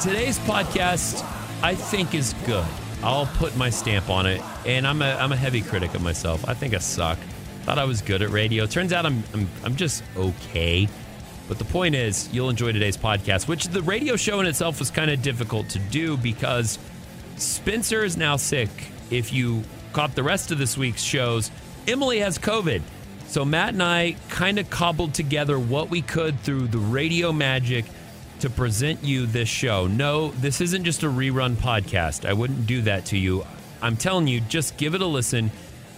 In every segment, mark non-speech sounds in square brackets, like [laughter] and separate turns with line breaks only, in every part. today's podcast, I think, is good. I'll put my stamp on it, and I'm a I'm a heavy critic of myself. I think I suck. Thought I was good at radio. Turns out I'm I'm, I'm just okay. But the point is, you'll enjoy today's podcast, which the radio show in itself was kind of difficult to do because Spencer is now sick. If you caught the rest of this week's shows, Emily has COVID. So Matt and I kind of cobbled together what we could through the radio magic to present you this show. No, this isn't just a rerun podcast. I wouldn't do that to you. I'm telling you, just give it a listen.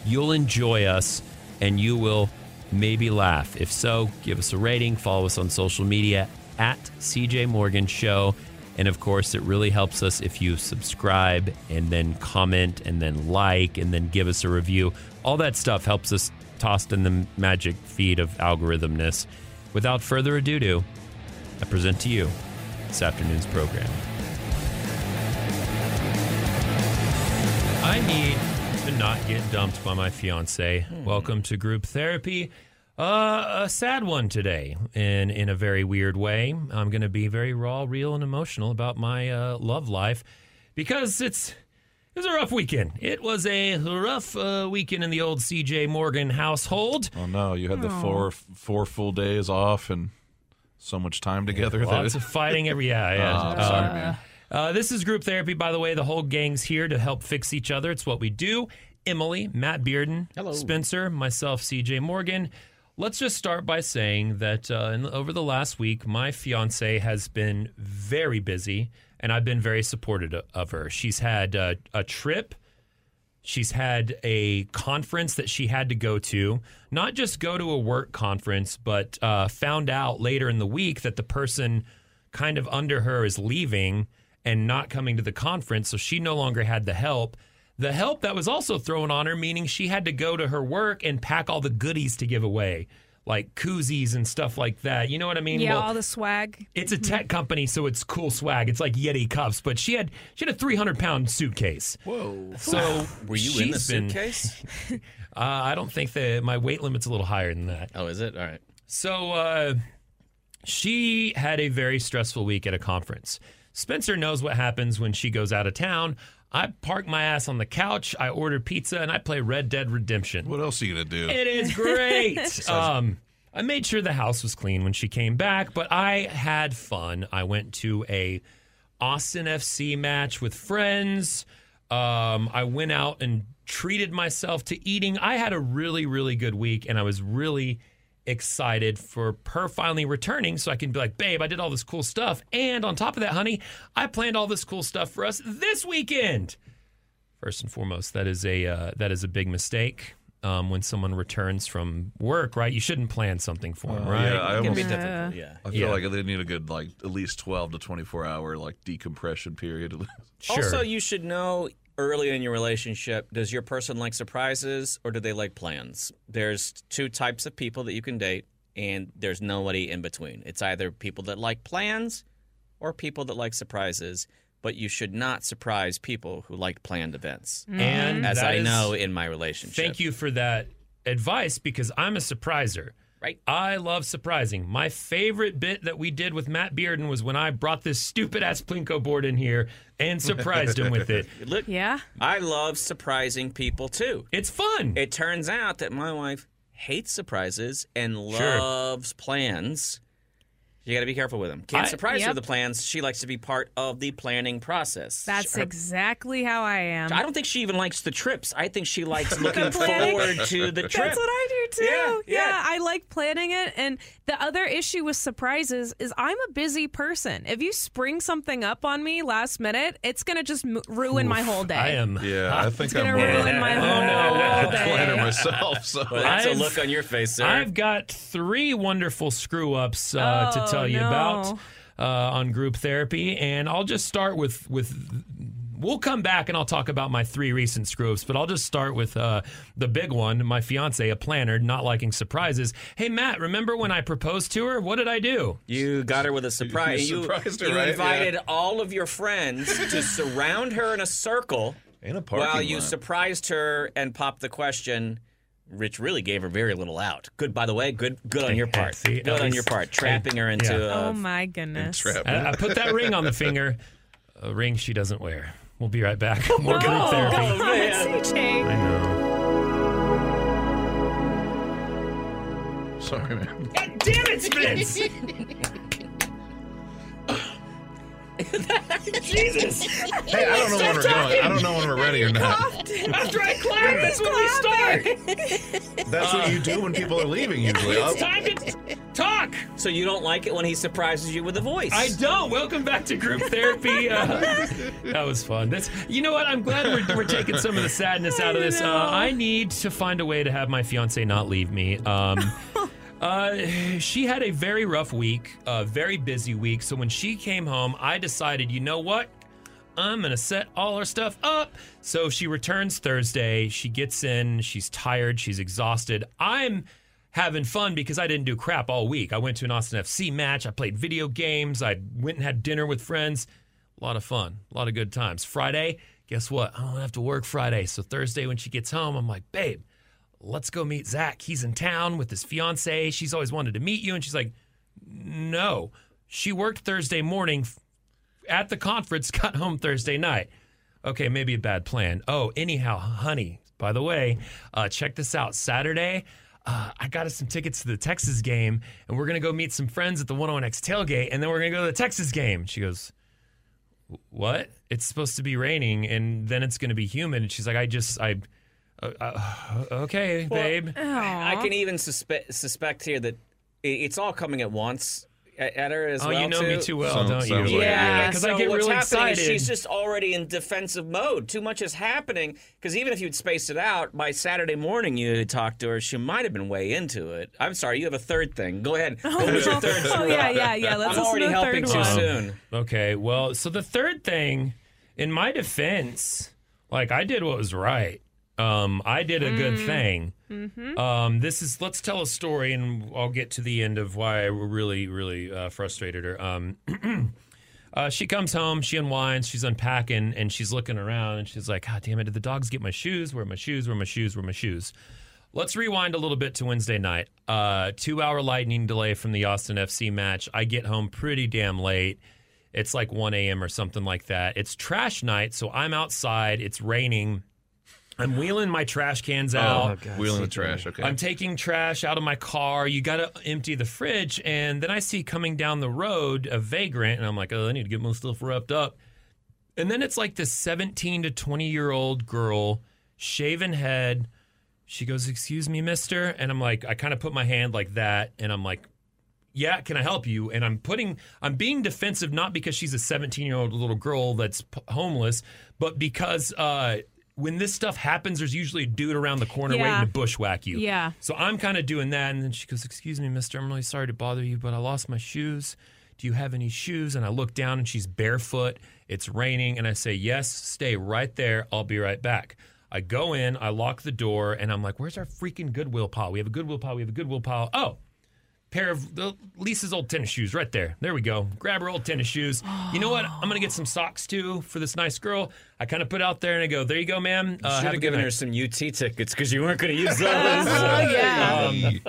You'll enjoy us and you will maybe laugh. If so, give us a rating, follow us on social media at CJ Morgan Show. And of course, it really helps us if you subscribe and then comment and then like and then give us a review. All that stuff helps us tossed in the magic feed of algorithmness. Without further ado, do I present to you this afternoon's program. I need to not get dumped by my fiance. Welcome to group therapy. Uh, a sad one today, in in a very weird way. I'm going to be very raw, real, and emotional about my uh, love life because it's it was a rough weekend. It was a rough uh, weekend in the old C.J. Morgan household.
Oh no, you had the four four full days off and so much time together. that
Lots of fighting every yeah, yeah.
[laughs]
Um,
Oh, I'm sorry, man.
Uh, this is group therapy, by the way. The whole gang's here to help fix each other. It's what we do. Emily, Matt Bearden,
Hello.
Spencer, myself, CJ Morgan. Let's just start by saying that uh, in, over the last week, my fiance has been very busy, and I've been very supportive o- of her. She's had uh, a trip. She's had a conference that she had to go to, not just go to a work conference, but uh, found out later in the week that the person kind of under her is leaving and not coming to the conference. So she no longer had the help. The help that was also thrown on her, meaning she had to go to her work and pack all the goodies to give away, like koozies and stuff like that. You know what I mean?
Yeah,
Well,
all the swag.
it's a
Mm-hmm.
tech company, so it's cool swag. It's like Yeti cups, but she had she had a three hundred pound suitcase.
Whoa.
So
[laughs] Were you in the
she's been-
suitcase?
Uh, I don't think that my weight limit's a little higher than that.
[laughs] oh, is it? All right.
So uh, she had a very stressful week at a conference. Spencer knows what happens when she goes out of town. I park my ass on the couch. I order pizza and I play Red Dead Redemption.
[laughs] What else are you gonna do?
It is great. um, I made sure the house was clean when she came back, but I had fun. I went to a Austin FC match with friends. Um, I went out and treated myself to eating. I had a really, really good week, and I was really excited for her finally returning so I can be like, babe, I did all this cool stuff. And on top of that, honey, I planned all this cool stuff for us this weekend first and foremost, that is a uh, that is a big mistake. Um, when someone returns from work, right? You shouldn't plan something for
Uh,
them, right?
Yeah, I
It can
almost.
be difficult. Yeah.
I feel
Yeah.
like they need a good like at least twelve to twenty four hour like decompression period. [laughs]
Sure.
Also, you should know early in your relationship does your person like surprises or do they like plans? There's two types of people that you can date, and there's nobody in between. It's either people that like plans or people that like surprises, but you should not surprise people who like planned events,
and
as
that
I
is-
know in my relationship.
Thank you for that advice because I'm a surpriser.
Right.
I love surprising. My favorite bit that we did with Matt Bearden was when I brought this stupid ass plinko board in here and surprised him with
[laughs]
it.
Look,
Yeah.
I love surprising people too.
It's fun.
It turns out that my wife hates surprises and
Sure.
loves plans. You got to be careful with them. Can't
I-
surprise her
Yep.
with the plans. She likes to be part of the planning process.
That's
Her-
exactly how I am.
I don't think she even likes the trips. I think
[laughs]
she likes looking
planning.
forward to the trip.
That's what I do too.
Yeah,
Yeah,
yeah.
I like planning it. And the other issue with surprises is I'm a busy person. If you spring something up on me last minute, it's going to just m- ruin my whole day.
I am. [laughs]
yeah, I think
It's going to
I'm more of
ruin
a [laughs]
my
Oh, [laughs]
whole
planner
day.
myself. So
Well, that's
I've-
a look on your face, sir.
I've got three wonderful screw ups uh, to
Oh,
tell you
no.
about uh, on group therapy, and I'll just start with with. We'll come back and I'll talk about my three recent screw ups, but I'll just start with uh, the big one. My fiance, a planner, not liking surprises. Hey Matt, remember when I proposed to her? What did I do?
You got her with a surprise.
You surprised her,
you
right?
invited
Yeah.
all of your friends to surround her in a circle
in a parking
while you
lot.
surprised her and popped the question. Rich really gave her very little out. Good, by the way. Good, good on your part.
See, at
good on
least-
Um,
your part. Trapping her into.
Yeah.
a-
Oh my goodness.
Trap.
I, I put that ring on the finger. a ring she doesn't wear. We'll be right
[laughs]
back. More group
Oh,
therapy.
God,
man.
CJ.
I know.
Sorry, man.
God damn it, Spence!
[laughs]
Jesus!
Hey, I don't know when we're going. I don't know when we're ready or not.
After I clap, that's when we start.
That's what you do when people are leaving usually. I'll-
It's time to talk.
So you don't like it when he surprises you with a voice?
I don't. Welcome back to group therapy. Uh, that was fun. That's. You know what? I'm glad we're, we're taking some of the sadness out of this. Uh, I need to find a way to have my fiance not leave me. Um, uh, she had a very rough week, a very busy week. So when she came home, I decided, you know what? I'm gonna set all her stuff up. So she returns Thursday. She gets in. She's tired. She's exhausted. I'm having fun because I didn't do crap all week. I went to an Austin FC match. I played video games. I went and had dinner with friends. A lot of fun. A lot of good times. Friday, guess what? I don't have to work Friday. So Thursday, when she gets home, I'm like, babe, let's go meet Zach. He's in town with his fiance. She's always wanted to meet you, and she's like, no. She worked Thursday morning at the conference, [laughs] got home Thursday night. Okay, maybe a bad plan. Oh, anyhow, honey, by the way, uh, check this out. Saturday, uh, I got us some tickets to the Texas game, and we're going to go meet some friends at the 101X tailgate, and then we're going to go to the Texas game. She goes, What? It's supposed to be raining, and then it's going to be humid. And she's like, I just, I, uh, uh, okay, babe.
I can even suspe- suspect here that i- it's all coming at once at, at her as
Oh,
well.
you know me too well,
Sounds-
don't you?
sounds like it,
Yeah,
Yeah, 'cause
so
I get
what's
really
happening
excited.
Is she's just already in defensive mode. Too much is happening because even if you'd spaced it out by Saturday morning, you had talked to her. She might have been way into it. I'm sorry, you have a third thing. Go ahead. What was your third?
Oh, yeah, yeah, yeah. Let's
I'm
listen
already
to the
helping
third
too
one.
soon.
Um, Okay, well, so the third thing, in my defense, like I did what was right. Um, I did a good
Mm.
thing.
Mm-hmm.
Um, this is let's tell a story, and I'll get to the end of why I really, really uh, frustrated her. Um, uh, she comes home, she unwinds, she's unpacking, and she's looking around, and she's like, "God damn it! Did the dogs get my shoes? Where are my shoes? Where are my shoes? Where are my shoes?" Let's rewind a little bit to Wednesday night. Uh, two hour lightning delay from the Austin FC match. I get home pretty damn late. It's like 1 a.m. or something like that. It's trash night, so I'm outside. It's raining. I'm wheeling my trash cans out.
Wheeling the trash. Okay.
I'm taking trash out of my car. You got to empty the fridge. And then I see coming down the road a vagrant, and I'm like, oh, I need to get my stuff wrapped up. And then it's like this 17 to 20 year old girl, shaven head. She goes, Excuse me, mister. And I'm like, I kind of put my hand like that, and I'm like, yeah, can I help you? And I'm putting, I'm being defensive not because she's a 17 year old little girl that's p- homeless, but because uh, when this stuff happens, there's usually a dude around the corner
Yeah.
waiting to bushwhack you.
Yeah.
So I'm kind of doing that. And then she goes, Excuse me, mister, I'm really sorry to bother you, but I lost my shoes. Do you have any shoes? And I look down and she's barefoot. It's raining. And I say, Yes, stay right there. I'll be right back. I go in, I lock the door, and I'm like, Where's our freaking Goodwill pile? We have a Goodwill pile. We have a Goodwill pile. Oh, pair of the Lisa's old tennis shoes right there. There we go. Grab her old tennis shoes. You know what? I'm gonna get some socks too for this nice girl. I kind of put out there and I go, there you go, ma'am. Uh,
Should
have a
have
good
given
night."
her some UT tickets because you weren't going
[laughs]
to use those.
Uh-huh.
Oh, yeah.
Hey.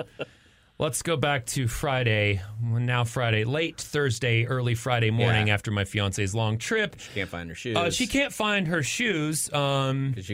Let's go back to Friday. Well, Now Friday, late Thursday, early Friday morning
Yeah.
after my fiance's long trip.
Can't find her shoes.
Uh, she can't find her shoes because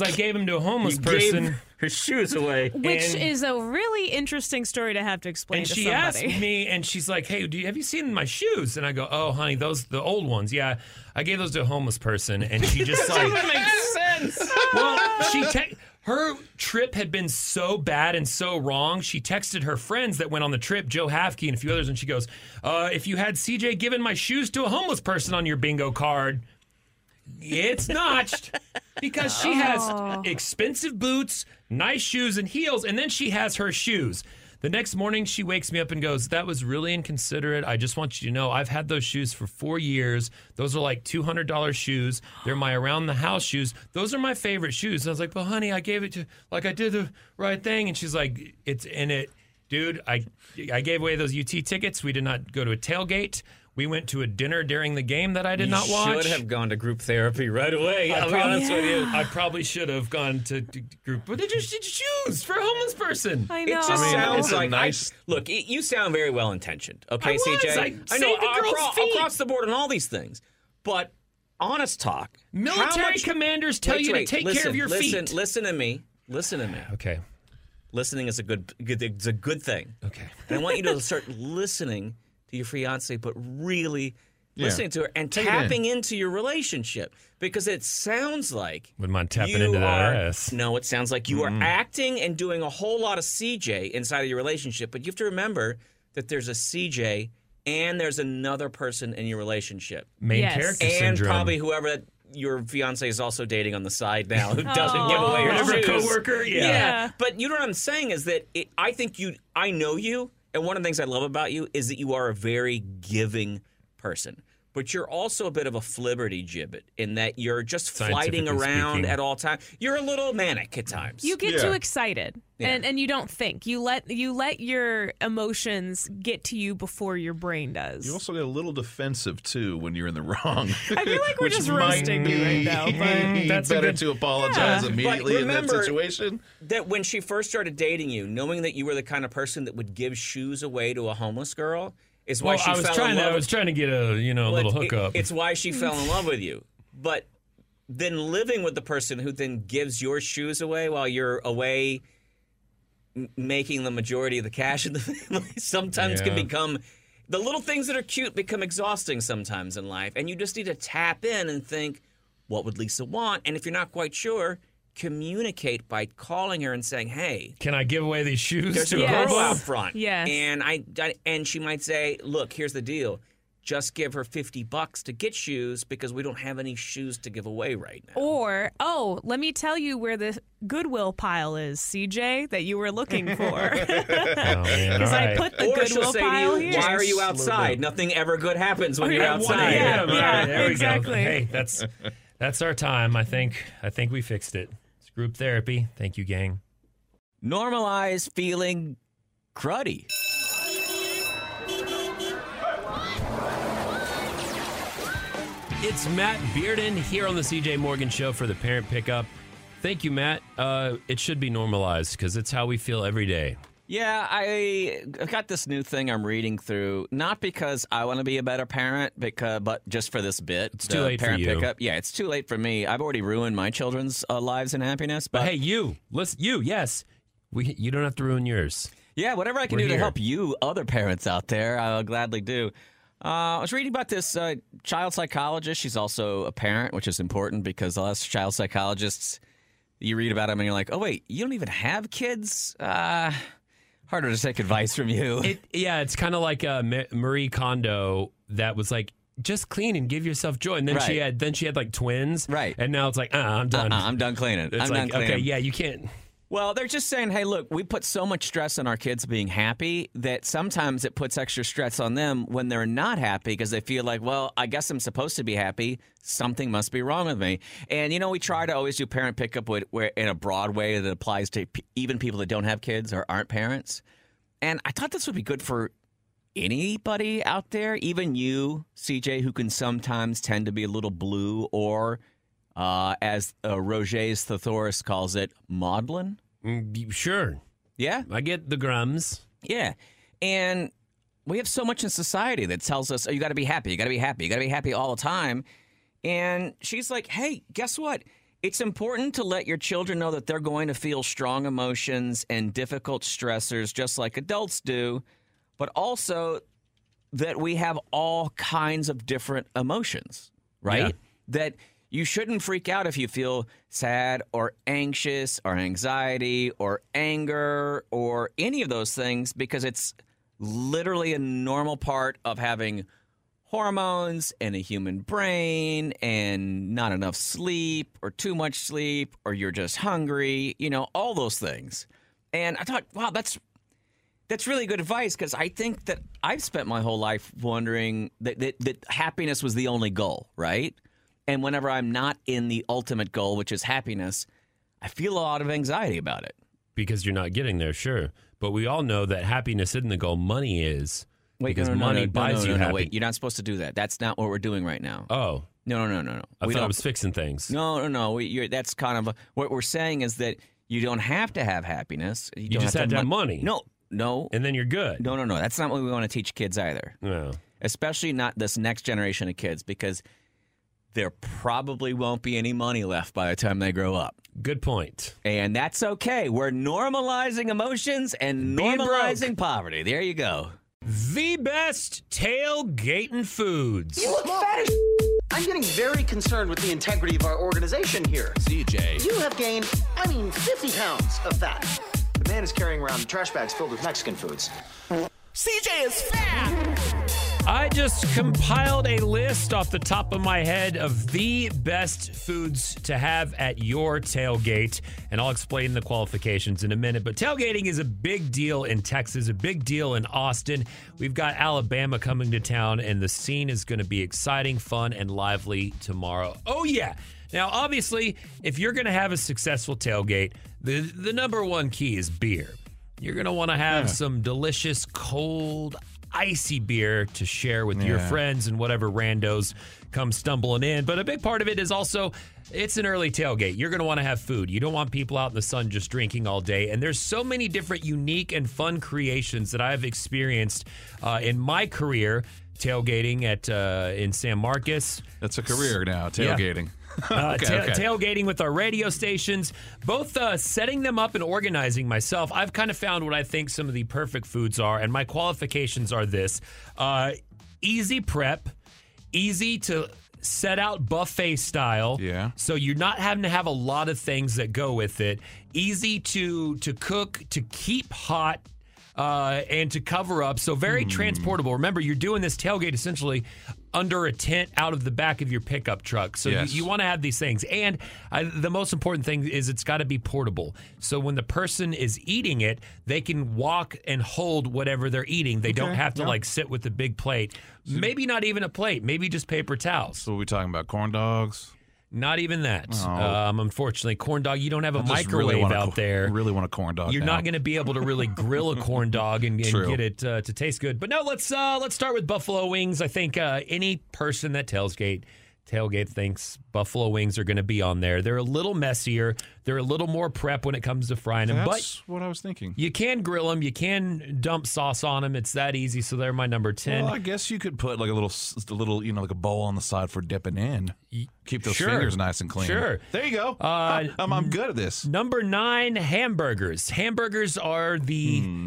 [laughs]
you,
I gave them to a homeless
you
person.
gave her shoes away.
Which
And-
is a really interesting story to have to explain
and
to
she
somebody.
asked
[laughs]
me and she's like hey do you, have you seen my shoes and i go oh honey those the old ones yeah i gave those to a homeless person and
[laughs]
she just like
makes sense.
[laughs] well she te- her trip had been so bad and so wrong she texted her friends that went on the trip joe hafke and a few others and she goes uh, if you had cj given my shoes to a homeless person on your bingo card it's notched because she has expensive boots, nice shoes and heels, and then she has her shoes. The next morning, she wakes me up and goes, That was really inconsiderate. I just want you to know I've had those shoes for four years. Those are like $200 shoes. They're my around the house shoes. Those are my favorite shoes. And I was like, Well, honey, I gave it to, like, I did the right thing. And she's like, It's in it. Dude, I, I gave away those UT tickets. We did not go to a tailgate. We went to a dinner during the game that I did not Uh,
you
watch.
should have gone to group therapy right away. I'll be
prob-
honest with you.
I probably should have gone to d- d- group. What did you, did you choose for a homeless person?
I
It
know.
just
mean,
sounds
it's a
like
nice-
I, look. It, you sound very well intentioned. Okay,
I was.
CJ.
I saved the girl's
across,
feet.
across the board on all these things. But honest talk, how
Military
much-
commanders tell
Wait,
you
wait,
to take
listen,
care of your
listen,
feet.
Listen to me. Listen to me.
Okay.
Listening is a good, good it's a good thing.
Okay.
And I want you to start listening to your fiance, but really
Yeah.
listening to her and
Take it in.
tapping into your relationship because it sounds like
Wouldn't mind tapping
you
into that
are-
ass.
No, it sounds like you are acting and doing a whole lot of CJ inside of your relationship, but you have to remember that there's a CJ and there's another person in your relationship,
Main
Yes.
character
and
syndrome.
probably whoever that your fiance is also dating on the side now who doesn't
Aw.
give away her
Whatever
shoes.
coworker, yeah.
Yeah.
But you know what I'm saying is that it, I think you, I know you, and one of the things I love about you is that you are a very giving person. But you're also a bit of a flibberty gibbet in that you're just flighting
Scientifically
around
speaking.
at all times. You're a little manic at times.
You get
Yeah.
too excited and, and you don't think. You let you let your emotions get to you before your brain does.
You also get a little defensive too when you're in the [laughs] wrong.
I feel like we're
which
just
might
roasting you right
be [laughs]
now, but
that's a
better
good-
to apologize
Yeah.
immediately
But
in
remember-
that situation.
that when she first started dating you, knowing that you were the kind of person that would give shoes away to a homeless girl is why
Well,
she
I was
fell in
trying. To,
love
I
with
was trying to get a you know a
But
little
it-
hookup.
it's why she fell in love
[laughs]
with you. But then living with the person who then gives your shoes away while you're away m- making the majority of the cash in the [laughs] family sometimes can
Yeah.
become the little things that are cute become exhausting sometimes in life and you just need to tap in and think what would lisa want and if you're not quite sure communicate by calling her and saying hey
Can I give away these shoes
there's a
to
Yes.
a
girl [laughs]
hobo?
out front.
Yes.
And I, I- and she might say, "Look, here's the deal. Just give her 50 bucks to get shoes because we don't have any shoes to give away right now."
or oh, let me tell you where the goodwill pile is, CJ, that you were looking for.
Oh,
[laughs]
[laughs]
man,
Because
all
I
right.
put the
or she'll
goodwill
say
pile
to you,
here.
"Why are you
Slow
outside? Nothing ever good happens when
Oh,
you're
yeah, one
outside."
a.m.
All right,
Yeah,
there we go.
exactly.
Hey, that's that's our time. I think I think we fixed it. It's group therapy. Thank you, gang.
Normalize feeling cruddy.
It's Matt Bearden here on the CJ Morgan Show for the Parent Pickup. Thank you, Matt. Uh, it should be normalized because it's how we feel every day.
Yeah, I I've got this new thing I'm reading through, not because I want to be a better parent, because but just for this bit. It's
too late for
parent
you.
Pickup. Yeah, it's too late for me. I've already ruined my children's uh, lives and happiness. But
But hey, you listen. You yes, we you don't have to ruin yours.
Yeah, whatever I can
We're
do
here.
to help you, other parents out there, I'll gladly do. Uh, I was reading about this uh, child psychologist. She's also a parent, which is important because a lot of child psychologists, you read about them and you're like, oh, wait, you don't even have kids? Uh, harder to take advice from you.
It, yeah, it's kind of like uh, Ma- Marie Kondo that was like just clean and give yourself joy, and then she
Right.
had then she had like twins,
Right.
And now it's like uh, I'm
[laughs] Uh-uh,
done.
I'm done cleaning.
It's
I'm done
like
cleaning.
okay, yeah, you can't.
Well, they're just saying, hey, look, we put so much stress on our kids being happy that sometimes it puts extra stress on them when they're not happy because they feel like, well, I guess I'm supposed to be happy. Something must be wrong with me. And, you know, we try to always do parent pickup with, where, in a broad way that applies to p- even people that don't have kids or aren't parents. And I thought this would be good for anybody out there, even you, CJ, who can sometimes tend to be a little blue or, uh, as uh, Roger's Thesaurus calls it, maudlin.
Mm, you- Sure,
Yeah,
I get the grums.
yeah. And we have so much in society that tells us, oh, you got to be happy, you got to be happy, you got to be happy all the time. And she's like, hey, guess what? It's important to let your children know that they're going to feel strong emotions and difficult stressors just like adults do, but also that we have all kinds of different emotions, right?
Yeah.
That you shouldn't freak out if you feel sad or anxious or anxiety or anger or any of those things because it's literally a normal part of having hormones and a human brain and not enough sleep or too much sleep or you're just hungry, you know, all those things. And I thought, wow, that's that's really good advice because I think that I've spent my whole life wondering that, that that happiness was the only goal, right? And whenever I'm not in the ultimate goal, which is happiness, I feel a lot of anxiety about it.
because you're not getting there, sure. But we all know that happiness isn't the goal, money is. because money buys you happy.
Wait, you're not supposed to do that. That's not what we're doing right now.
oh,
No, no, no, no, no.
I
we
thought I
don't.
was fixing things.
No, no, no. We, you're, that's kind of a, what we're saying is that you don't have to have happiness. You, don't
just had to have
mon-
money.
No, no,
And then you're good. Oh,
no, no, no. That's not what we want to teach kids either.
No.
especially not this next generation of kids because there probably won't be any money left by the time they grow up.
Good point.
And that's okay. We're normalizing emotions and
Being broke.
normalizing poverty. There you go.
The best tailgating foods.
You look fat as I'm getting very concerned with the integrity of our organization here.
CJ.
You have gained, I mean, 50 pounds of fat. The man is carrying around trash bags filled with Mexican foods.
CJ is fat.
I just compiled a list off the top of my head of the best foods to have at your tailgate, and I'll explain the qualifications in a minute. But tailgating is a big deal in Texas, a big deal in Austin. We've got Alabama coming to town, and the scene is going to be exciting, fun, and lively tomorrow. Oh, yeah. Now, obviously, if you're going to have a successful tailgate, the, the number one key is beer. You're going to want to have some delicious, cold, icy beer to share with your
Yeah.
friends and whatever randos come stumbling in. But a big part of it is also it's an early tailgate. You're going to want to have food. You don't want people out in the sun just drinking all day. And there's so many different unique and fun creations that I've experienced uh, in my career tailgating at uh, in San Marcos.
That's a career now, tailgating.
Uh,
Okay,
ta-
okay.
Tailgating with our radio stations, both uh, setting them up and organizing myself. I've kind of found what I think some of the perfect foods are, and my qualifications are this uh, easy prep, easy to set out buffet style.
Yeah.
So you're not having to have a lot of things that go with it. Easy to to cook, to keep hot, uh, and to cover up. So
Hmm.
very transportable. Remember, you're doing this tailgate essentially under a tent out of the back of your pickup truck. So
Yes.
you, you want to have these things. And I, the most important thing is it's got to be portable. So when the person is eating it, they can walk and hold whatever they're eating. They don't have to like sit with a big plate. Maybe not even a plate. Maybe just paper towels.
So we talking about corn dogs.
Not even that. Um, unfortunately, corn dog. You don't have a
Just
microwave
really want a
out
cor-
there.
Really want a corn dog.
You're
now.
not going to be able to really grill
[laughs]
a corn dog and, and
True.
get it uh, to taste good. But no, let's uh, let's start with buffalo wings. I think uh, any person that tailgate tailgate thinks buffalo wings are going to be on there. They're a little messier. They're a little more prep when it comes to frying them.
That's what I was thinking.
but you can grill them. You can dump sauce on them. It's that easy. So they're my number ten.
Well, I guess you could put like a little, s- a little, you know, like a bowl on the side for dipping in. Keep those
sure.
fingers nice and clean.
Sure.
There you go.
Uh,
[laughs] I'm, I'm good at this.
Number nine, hamburgers. Hamburgers are the
Hmm.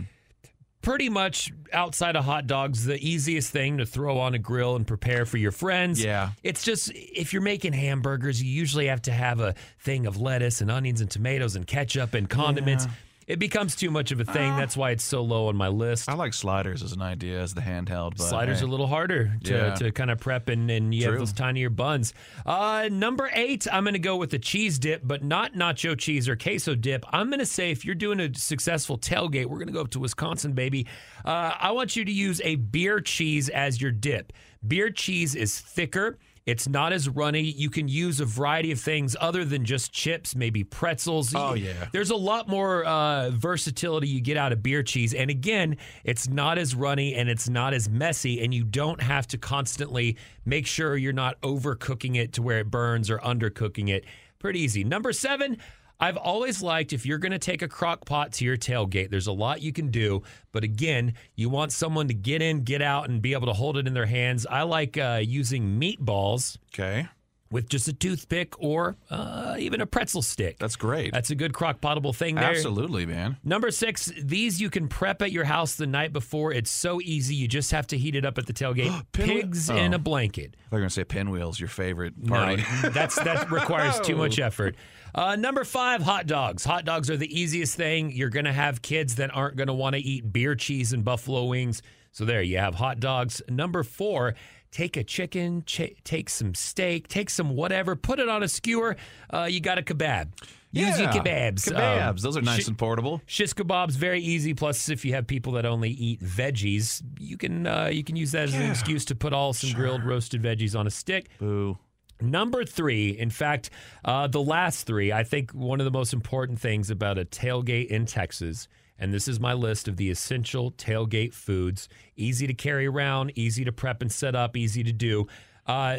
pretty much outside of hot dogs the easiest thing to throw on a grill and prepare for your friends.
Yeah.
It's just if you're making hamburgers, you usually have to have a thing of lettuce and onions and tomatoes and ketchup and condiments. It becomes too much of a thing. That's why it's so low on my list.
Ah. I like sliders as an idea as the handheld. But
Sliders
hey.
are a little harder to,
Yeah.
to kind of prep and, and you have
True.
those tinier buns. Uh, number eight, I'm going to go with the cheese dip, but not nacho cheese or queso dip. I'm going to say if you're doing a successful tailgate, we're going to go up to Wisconsin, baby. Uh, I want you to use a beer cheese as your dip. Beer cheese is thicker. It's not as runny. You can use a variety of things other than just chips, maybe pretzels.
Oh, yeah.
There's a lot more uh, versatility you get out of beer cheese. And again, it's not as runny and it's not as messy. And you don't have to constantly make sure you're not overcooking it to where it burns or undercooking it. Pretty easy. Number seven. I've always liked if you're going to take a crock pot to your tailgate, there's a lot you can do. But again, you want someone to get in, get out, and be able to hold it in their hands. I like uh, using meatballs
Okay,
with just a toothpick or uh, even a pretzel stick.
that's great.
That's a good crock potable thing there.
Absolutely, man.
Number six, these you can prep at your house the night before. It's so easy. You just have to heat it up at the
[gasps]
tailgate.
Pinwheel-
Pigs in
Oh.
a blanket.
I thought you were gonna say pinwheels, your favorite [gasps] party.
No, that's
[laughs]
that requires too much effort. Uh, number five, hot dogs. Hot dogs are the easiest thing. You're gonna have kids that aren't gonna want to eat beer cheese and buffalo wings. So there you have hot dogs. Number four, take a chicken, ch- take some steak, take some whatever, put it on a skewer. Uh, you got a kebab. Use your
[laughs] Yeah.
kebabs. Um,
Kebabs. Those are nice
shi-
and portable.
Shish kebabs very easy. Plus, if you have people that only eat veggies, you can uh, you can use that as an excuse to put all some grilled roasted veggies on a stick.
Boo.
Number three, in fact, uh, the last three, I think one of the most important things about a tailgate in Texas, and this is my list of the essential tailgate foods easy to carry around, easy to prep and set up, easy to do. Uh,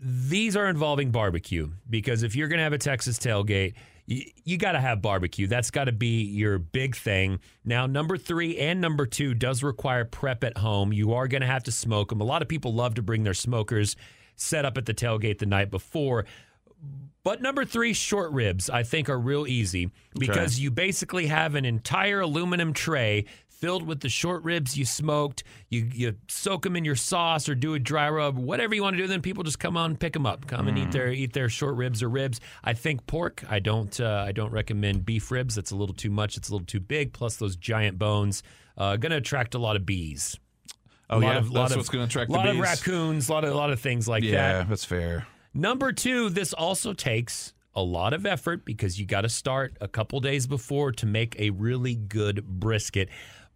these are involving barbecue because if you're going to have a Texas tailgate, you, you got to have barbecue. That's got to be your big thing. Now, number three and number two does require prep at home. You are going to have to smoke them. A lot of people love to bring their smokers set up at the tailgate the night before. But number three, short ribs, I think are real easy because you basically have an entire aluminum tray filled with the short ribs you smoked. You, you soak them in your sauce or do a dry rub, whatever you want to do. Then people just come on, pick them up, come
Mm.
and eat their eat their short ribs or ribs. I think pork. I don't uh, I don't recommend beef ribs. That's a little too much. It's a little too big. Plus those giant bones, uh, going to attract a lot of bees. a
Oh,
lot
yeah,
of, lot
that's
of-
what's going to attract the
lot
bees.
of raccoons, lot of lot of things like that.
yeah, that's fair.
Number two, this also takes a lot of effort because you got to start a couple days before to make a really good brisket.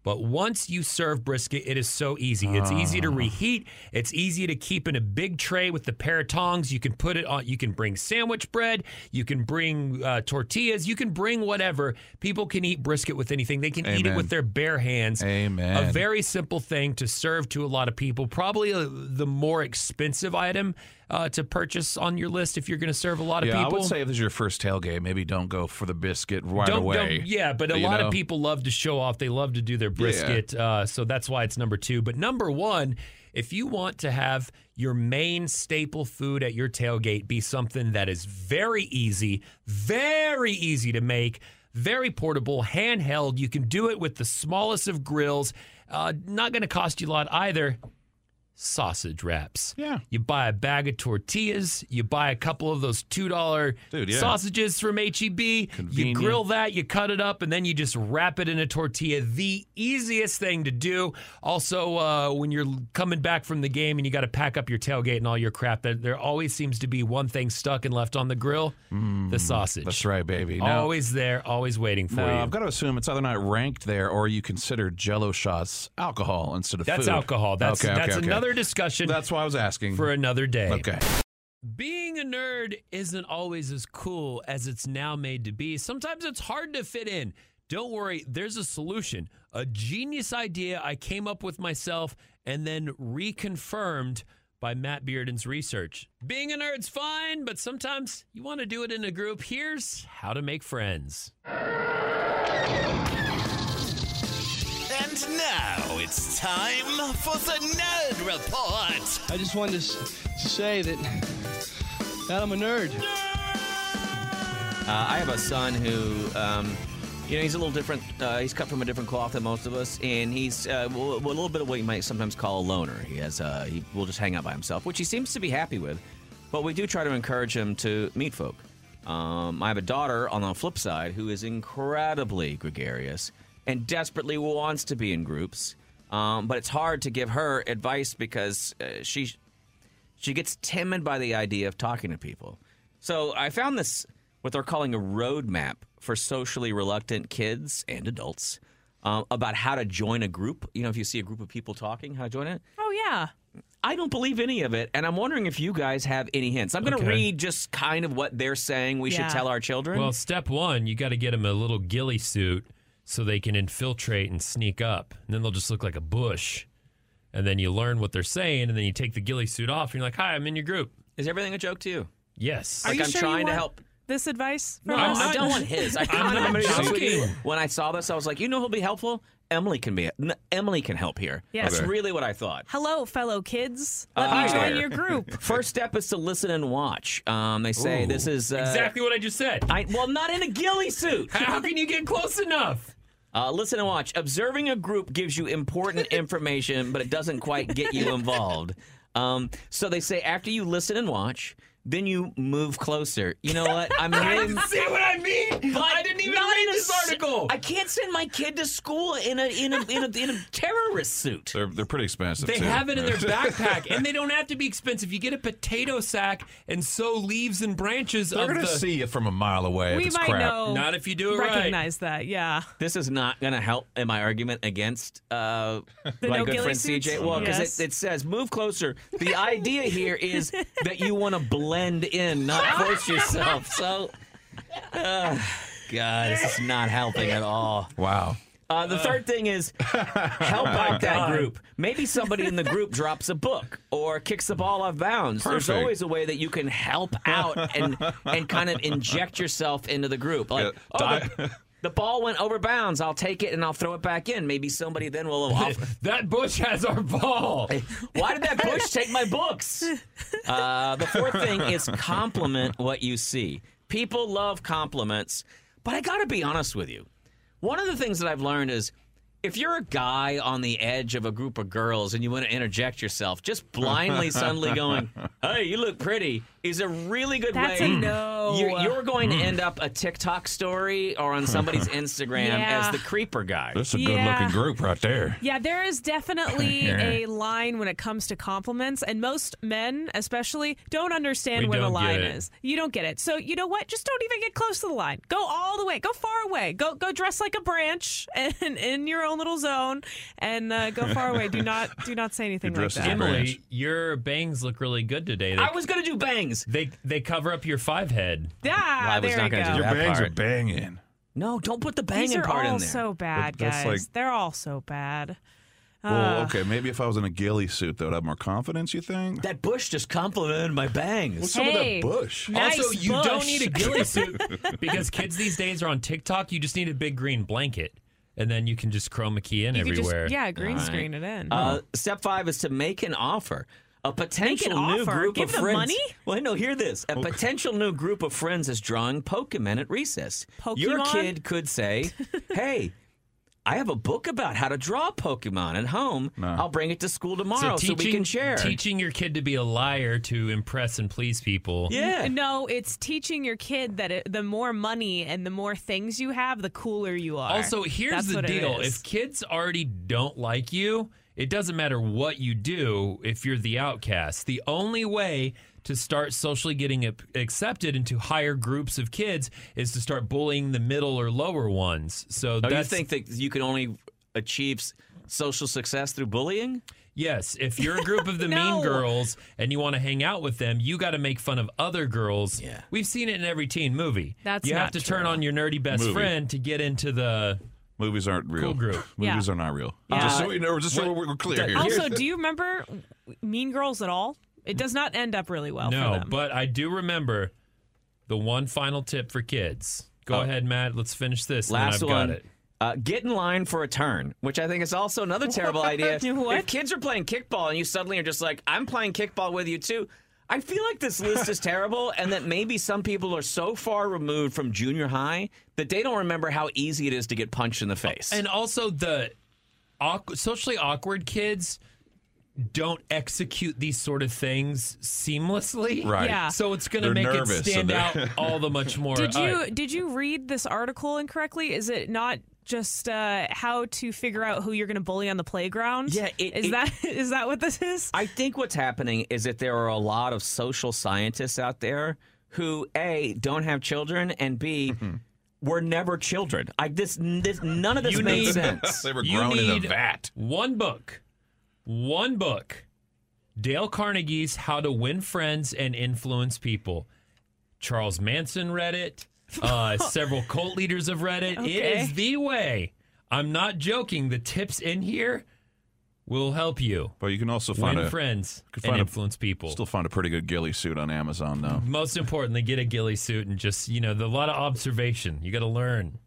But once you serve brisket, it is so easy. It's easy to
Ah.
reheat. It's easy to keep in a big tray with the pair of tongs. You can put it on. You can bring sandwich bread. You can bring uh, tortillas. You can bring whatever. People can eat brisket with anything. They can eat it
Amen.
with their bare hands.
Amen.
A very simple thing to serve to a lot of people. Probably uh the more expensive item uh, to purchase on your list if you're going to serve a lot of
Yeah,
people.
I would say if this is your first tailgate, maybe don't go for the biscuit right
don't,
away.
don't- yeah, but a
You
lot
know?
of people love to show off. They love to do their brisket, uh, so that's why it's number two. But number one, if you want to have your main staple food at your tailgate be something that is very easy, very easy to make, very portable, handheld, you can do it with the smallest of grills. Uh, not going to cost you a lot either sausage wraps.
Yeah.
You buy a bag of tortillas, you buy a couple of those $2
Dude, yeah.
sausages from HEB, you
Convenient.
grill that, you cut it up, and then you just wrap it in a tortilla. The easiest thing to do. Also, uh, when you're coming back from the game and you got to pack up your tailgate and all your crap, there, there always seems to be one thing stuck and left on the grill the sausage.
Mm, That's right, baby. Now,
Always there, always waiting for
now,
you.
I've got to assume it's either not ranked there or you consider Jello shots alcohol instead of
that's
food.
alcohol. That's,
Okay, okay,
that's
okay.
another discussion
That's why I was asking.
for another day.
okay.
Being a nerd isn't always as cool as it's now made to be. Sometimes it's hard to fit in. Don't worry, there's a solution. A genius idea I came up with myself and then reconfirmed by Matt Bearden's research. Being a nerd's fine, but sometimes you want to do it in a group. Here's how to make friends.
And now it's time for the Nerd Report.
I just wanted to, s- to say that that I'm a nerd.
Uh, I have a son who, um, you know, he's a little different. Uh, he's cut from a different cloth than most of us, and he's uh, w- w- a little bit of what you might sometimes call a loner. He has, uh, he will just hang out by himself, which he seems to be happy with. But we do try to encourage him to meet folk. Um, I have a daughter on the flip side who is incredibly gregarious and desperately wants to be in groups. Um, but it's hard to give her advice because uh, she she gets timid by the idea of talking to people. So I found this what they're calling a roadmap for socially reluctant kids and adults um, about how to join a group. You know, if you see a group of people talking, how to join it.
Oh yeah.
I don't believe any of it, and I'm wondering if you guys have any hints. I'm going to
Okay.
read just kind of what they're saying we
Yeah.
should tell our children.
Well, step one, you got to get them a little ghillie suit so they can infiltrate and sneak up. And then they'll just look like a bush. And then you learn what they're saying, and then you take the ghillie suit off, and you're like, hi, I'm in your group.
Is everything a joke to you?
Yes.
Are
Like,
you
I'm
sure
trying
you
to
want [laughs]
help.
This advice from
No,
us?
I don't want his.
[laughs]
I am
not joking.
When I saw this, I was like, you know who'll be helpful? Emily can be. n- Emily can help here.
Yes.
That's
Okay.
really what I thought.
Hello, fellow kids. Let
Uh, hi
me join
there.
your group.
First step is to listen and watch. Um, they say this is uh,
exactly what I just said.
I, well, not in a ghillie suit.
How can you get close enough?
Uh, listen and watch. Observing a group gives
[laughs]
you important information, but it doesn't quite get you involved. Um, so they say after you listen and watch, then you move closer. You know what? I'm [laughs] hearing.
See what [laughs] I [laughs] mean? I didn't even
Not
read
in a
this
s-
article.
I can't send my kid to school in a in a in a, in a terrorist suit.
They're, they're pretty expensive.
They
too.
have it in
[laughs]
their backpack, and they don't have to be expensive. You get a potato sack and sow leaves and branches
They're
of
going to
the.
see it from a mile away. if
we
it's
might
crap.
know.
Not if you do it right.
recognize that. Yeah.
This is not going to help in my argument against uh, my
no
good
ghillie
friend
suits?
CJ. Well, because
Yes.
it, it says move closer.
[laughs]
The idea here is that you want to blend in, not force yourself. So, uh, God, this is not helping at all.
Wow.
Uh, the third thing is
[laughs]
help out that group. Maybe somebody in the group [laughs] drops a book or kicks the ball off bounds. There's
Perfect.
always a way that you can help out and and kind of inject yourself into the group. Like,
Yeah,
oh,
di-
the, the ball went over bounds. I'll take it and I'll throw it back in. Maybe somebody
[laughs]
then will offer.
[laughs] That bush has our ball.
[laughs] Why did that bush take my books? [laughs] Uh, the fourth thing is compliment what you see. People love compliments, but I gotta be honest with you. One of the things that I've learned is if you're a guy on the edge of a group of girls and you want to interject yourself, just blindly [laughs] suddenly going, "Hey, you look pretty," is a really good
That's
way.
a no.
You're, you're going to end up a TikTok story or on [laughs] somebody's Instagram
Yeah.
as the creeper guy.
That's a
Yeah.
good looking group right there.
Yeah, there is definitely a line when it comes to compliments, and most men, especially, don't understand
We
where
don't
the
get
line
it.
is. You don't get it. So you know what? Just don't even get close to the line. Go all the way. Go far away. Go go dress like a branch [laughs] and in your own little zone, and uh, go far away. Do not do not say anything like
dress as
that.
a branch.
Emily, your bangs look really good today. They,
I was gonna do bangs.
they they cover up your five head.
Yeah,
I was
there
not
you
gonna
go.
do
Your
That
bangs are
part.
banging.
No, don't put the
These
banging
are
part
all
in there.
so bad,
That-
guys.
that's like-
They're all so bad. Uh.
Well, okay, maybe if I was in a ghillie suit, that would have more confidence. You think?
that bush just complimented my bangs.
What's up with
Hey.
that bush?
Nice
also, you don't
bush.
need a [laughs]
[laughs]
ghillie suit because kids these days are on TikTok. You just need a big green blanket, and then you can just chroma key in
You could
everywhere.
just yeah, green
All right.
screen it in.
Uh, step five is to make an offer. A potential new
offer?
group
Give
of
them
friends.
money?
Well, no, hear this. A potential new group of friends is drawing Pokemon at recess. Your
Pokemon?
kid
[laughs]
could say, "Hey, I have a book about how to draw Pokemon at home. I'll bring it to school tomorrow so, we can share."
Teaching your kid to be a liar to impress and please people. [laughs]
Yeah.
No, it's teaching your kid that it, the more money and the more things you have, the cooler you are.
Also, here's
That's
the
what it
deal:
is.
if kids already don't like you, it doesn't matter what you do. If you're the outcast, the only way to start socially getting ap- accepted into higher groups of kids is to start bullying the middle or lower ones. So
Oh, you
that's
think that you can only achieve s- social success through bullying?
Yes, if you're a group of
[laughs]
the
No.
mean girls and you want to hang out with them, you got to make fun of other girls.
Yeah.
We've seen it in every teen movie.
That's
you have
not
to turn on your nerdy best
Movie.
friend to get into the
Movies aren't real.
group.
[laughs] Movies
Yeah.
are not real.
Yeah.
Just so we know, just so we're, we're clear here.
[laughs] also, do you remember Mean Girls at all? It does not end up really well for
No,
them.
but I do remember the one final tip for kids. Go
Oh.
ahead, Matt. Let's finish this. and then
Last
I've
one.
got it.
Uh, get in line for a turn, which I think is also another terrible
[laughs]
idea.
What?
If kids are playing kickball and you suddenly are just like, I'm playing kickball with you too, I feel like this
[laughs]
list is terrible and that maybe some people are so far removed from junior high that they don't remember how easy it is to get punched in the face.
And also the awk- socially awkward kids don't execute these sort of things seamlessly.
Right.
Yeah.
So it's going to
They're
make
nervous,
it
so
stand
they're-
out all the
[laughs]
much more.
did
All
you
right.
did you read this article incorrectly? Is it not just uh, how to figure out who you're going to bully on the playground?
Yeah, it-
is
it-
that [laughs] is that what this is?
I think what's happening is that there are a lot of social scientists out there who a don't have children
[laughs]
and b were never children. I this this none of this
You
made
[laughs]
need- [laughs]
sense.
they were
You
grown in
need-
a vat.
One book. One book. Dale Carnegie's How to Win Friends and Influence People. Charles Manson read it. Uh, several cult leaders have read it. It
Okay.
is the way. I'm not joking. The tips in here will help you
But you can also find
win
a
friends
could
and
find a-
influence people.
still find a pretty good ghillie suit on Amazon though.
Most importantly, get a ghillie suit and just, you know, the, a lot of observation. You got to learn.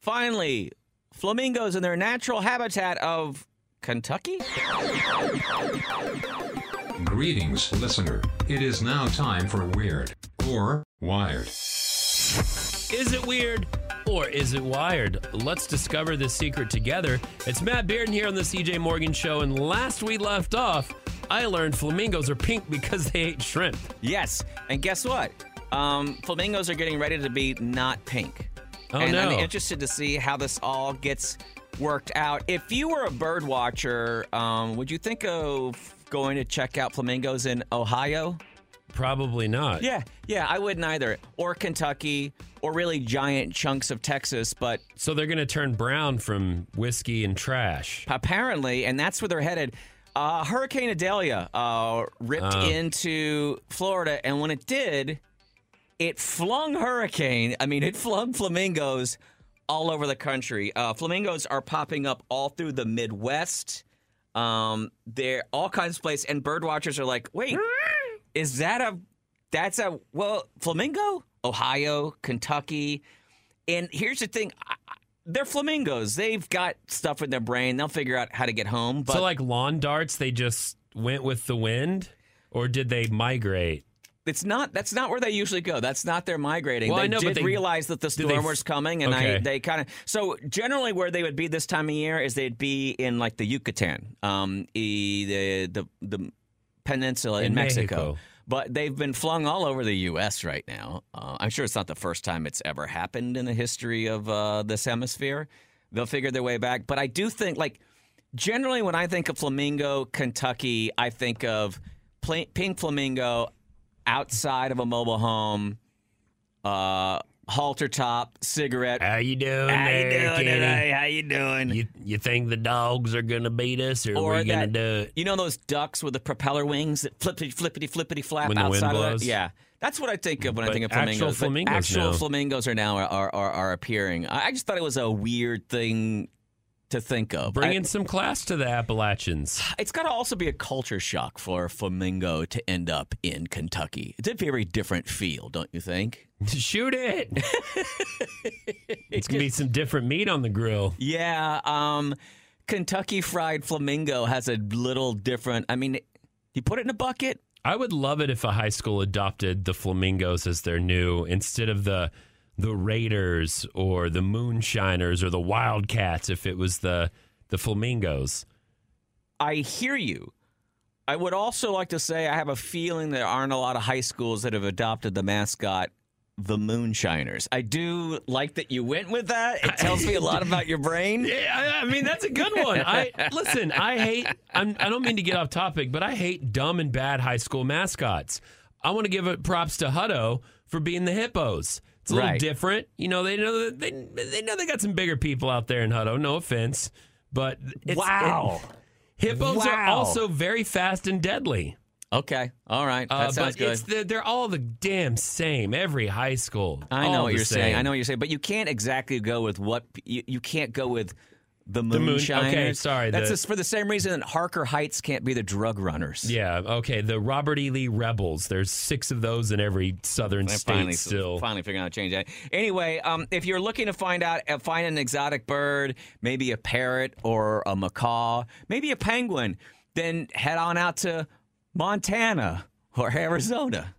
Finally, flamingos in their natural habitat of Kentucky?
Greetings, listener. It is now time for Weird or Wired.
Is it weird or is it wired? Let's discover this secret together. It's Matt Bearden here on the CJ Morgan Show, and last we left off, I learned flamingos are pink because they ate shrimp.
Yes. And guess what? Um, flamingos are getting ready to be not pink.
Oh,
and I'm
no.
interested to see how this all gets worked out. If you were a bird watcher, um, would you think of going to check out flamingos in Ohio?
Probably not.
Yeah, yeah, I wouldn't either. Or Kentucky, or really giant chunks of Texas, but
So they're going to turn brown from whiskey and trash.
apparently, and that's where they're headed. Uh, Hurricane Adelia uh, ripped into Florida, and when it did, it flung hurricane. I mean, it flung flamingos all over the country. Uh, flamingos are popping up all through the Midwest. Um, they're all kinds of places, and bird watchers are like, "Wait, is that a? That's a well, flamingo? Ohio, Kentucky." And here's the thing. I- I- They're flamingos. They've got stuff in their brain. They'll figure out how to get home. But
so like lawn darts, they just went with the wind, or did they migrate?
it's not. That's not where they usually go. That's not their migrating.
Well,
they
I know, but
did
they-
realize that the
did they
storm
f-
was coming, and I,
Okay.
they kind of. So generally, where they would be this time of year is they'd be in like the Yucatan, um, e- the the the peninsula in,
In
Mexico.
Mexico.
But they've been flung all over the U.S. right now. Uh, I'm sure it's not the first time it's ever happened in the history of uh, this hemisphere. They'll figure their way back. But I do think, like, generally when I think of Flamingo, Kentucky, I think of pla Pink Flamingo outside of a mobile home, uh, halter top, cigarette.
How you doing?
How you
there,
doing
Kenny?
today? How you doing?
You you think the dogs are gonna beat us, or,
Or
we gonna
that-
do it?
You know those ducks with the propeller wings that flippity flippity flippity flap
When the wind
outside of
blows?
it? Yeah. That's what I think of when I
But
think of
actual
flamingos. but
flamingos
actual
now.
flamingos are now are, are, are appearing. I I just thought it was a weird thing to think of.
Bring
I-
in some class to the Appalachians.
it's got to also be a culture shock for a flamingo to end up in Kentucky. It's a very different feel, don't you think?
Shoot it. [laughs] it's gonna be some different meat on the grill.
Yeah, um, Kentucky fried flamingo has a little different. I mean, you put it in a bucket.
I would love it if a high school adopted the flamingos as their new instead of the the raiders or the moonshiners or the wildcats if it was the the flamingos.
I hear you. I would also like to say I have a feeling there aren't a lot of high schools that have adopted the mascot, the Moonshiners. I do like that you went with that. It tells me a lot about
[laughs]
your brain.
Yeah, I, I mean that's a good one.
[laughs]
I listen. I hate. I'm, I don't mean to get off topic, but I hate dumb and bad high school mascots. I want to give it props to Hutto for being the hippos. It's a little
Right.
different, you know. They know that they they know they got some bigger people out there in Hutto. No offense, but it's, [laughs]
Wow.
it- hippos are
Wow.
also very fast and deadly.
Okay. All right.
Uh,
that sounds
but
good.
It's the, they're all the damn same. Every high school.
I know
all
what
the
you're saying. I
same.
know what you're saying, but you can't exactly go with what p- you, you can't go with the
moon-
moonshiners.
okay, sorry,
That's
the-
just for the same reason that Harker Heights can't be the drug runners.
Yeah. Okay. The Robert E. Lee Rebels. There's six of those in every southern
They're
state
finally,
still.
finally figuring out how to change that. Anyway, um, if you're looking to find out, uh, find an exotic bird, maybe a parrot or a macaw, maybe a penguin, then head on out to Montana or Arizona.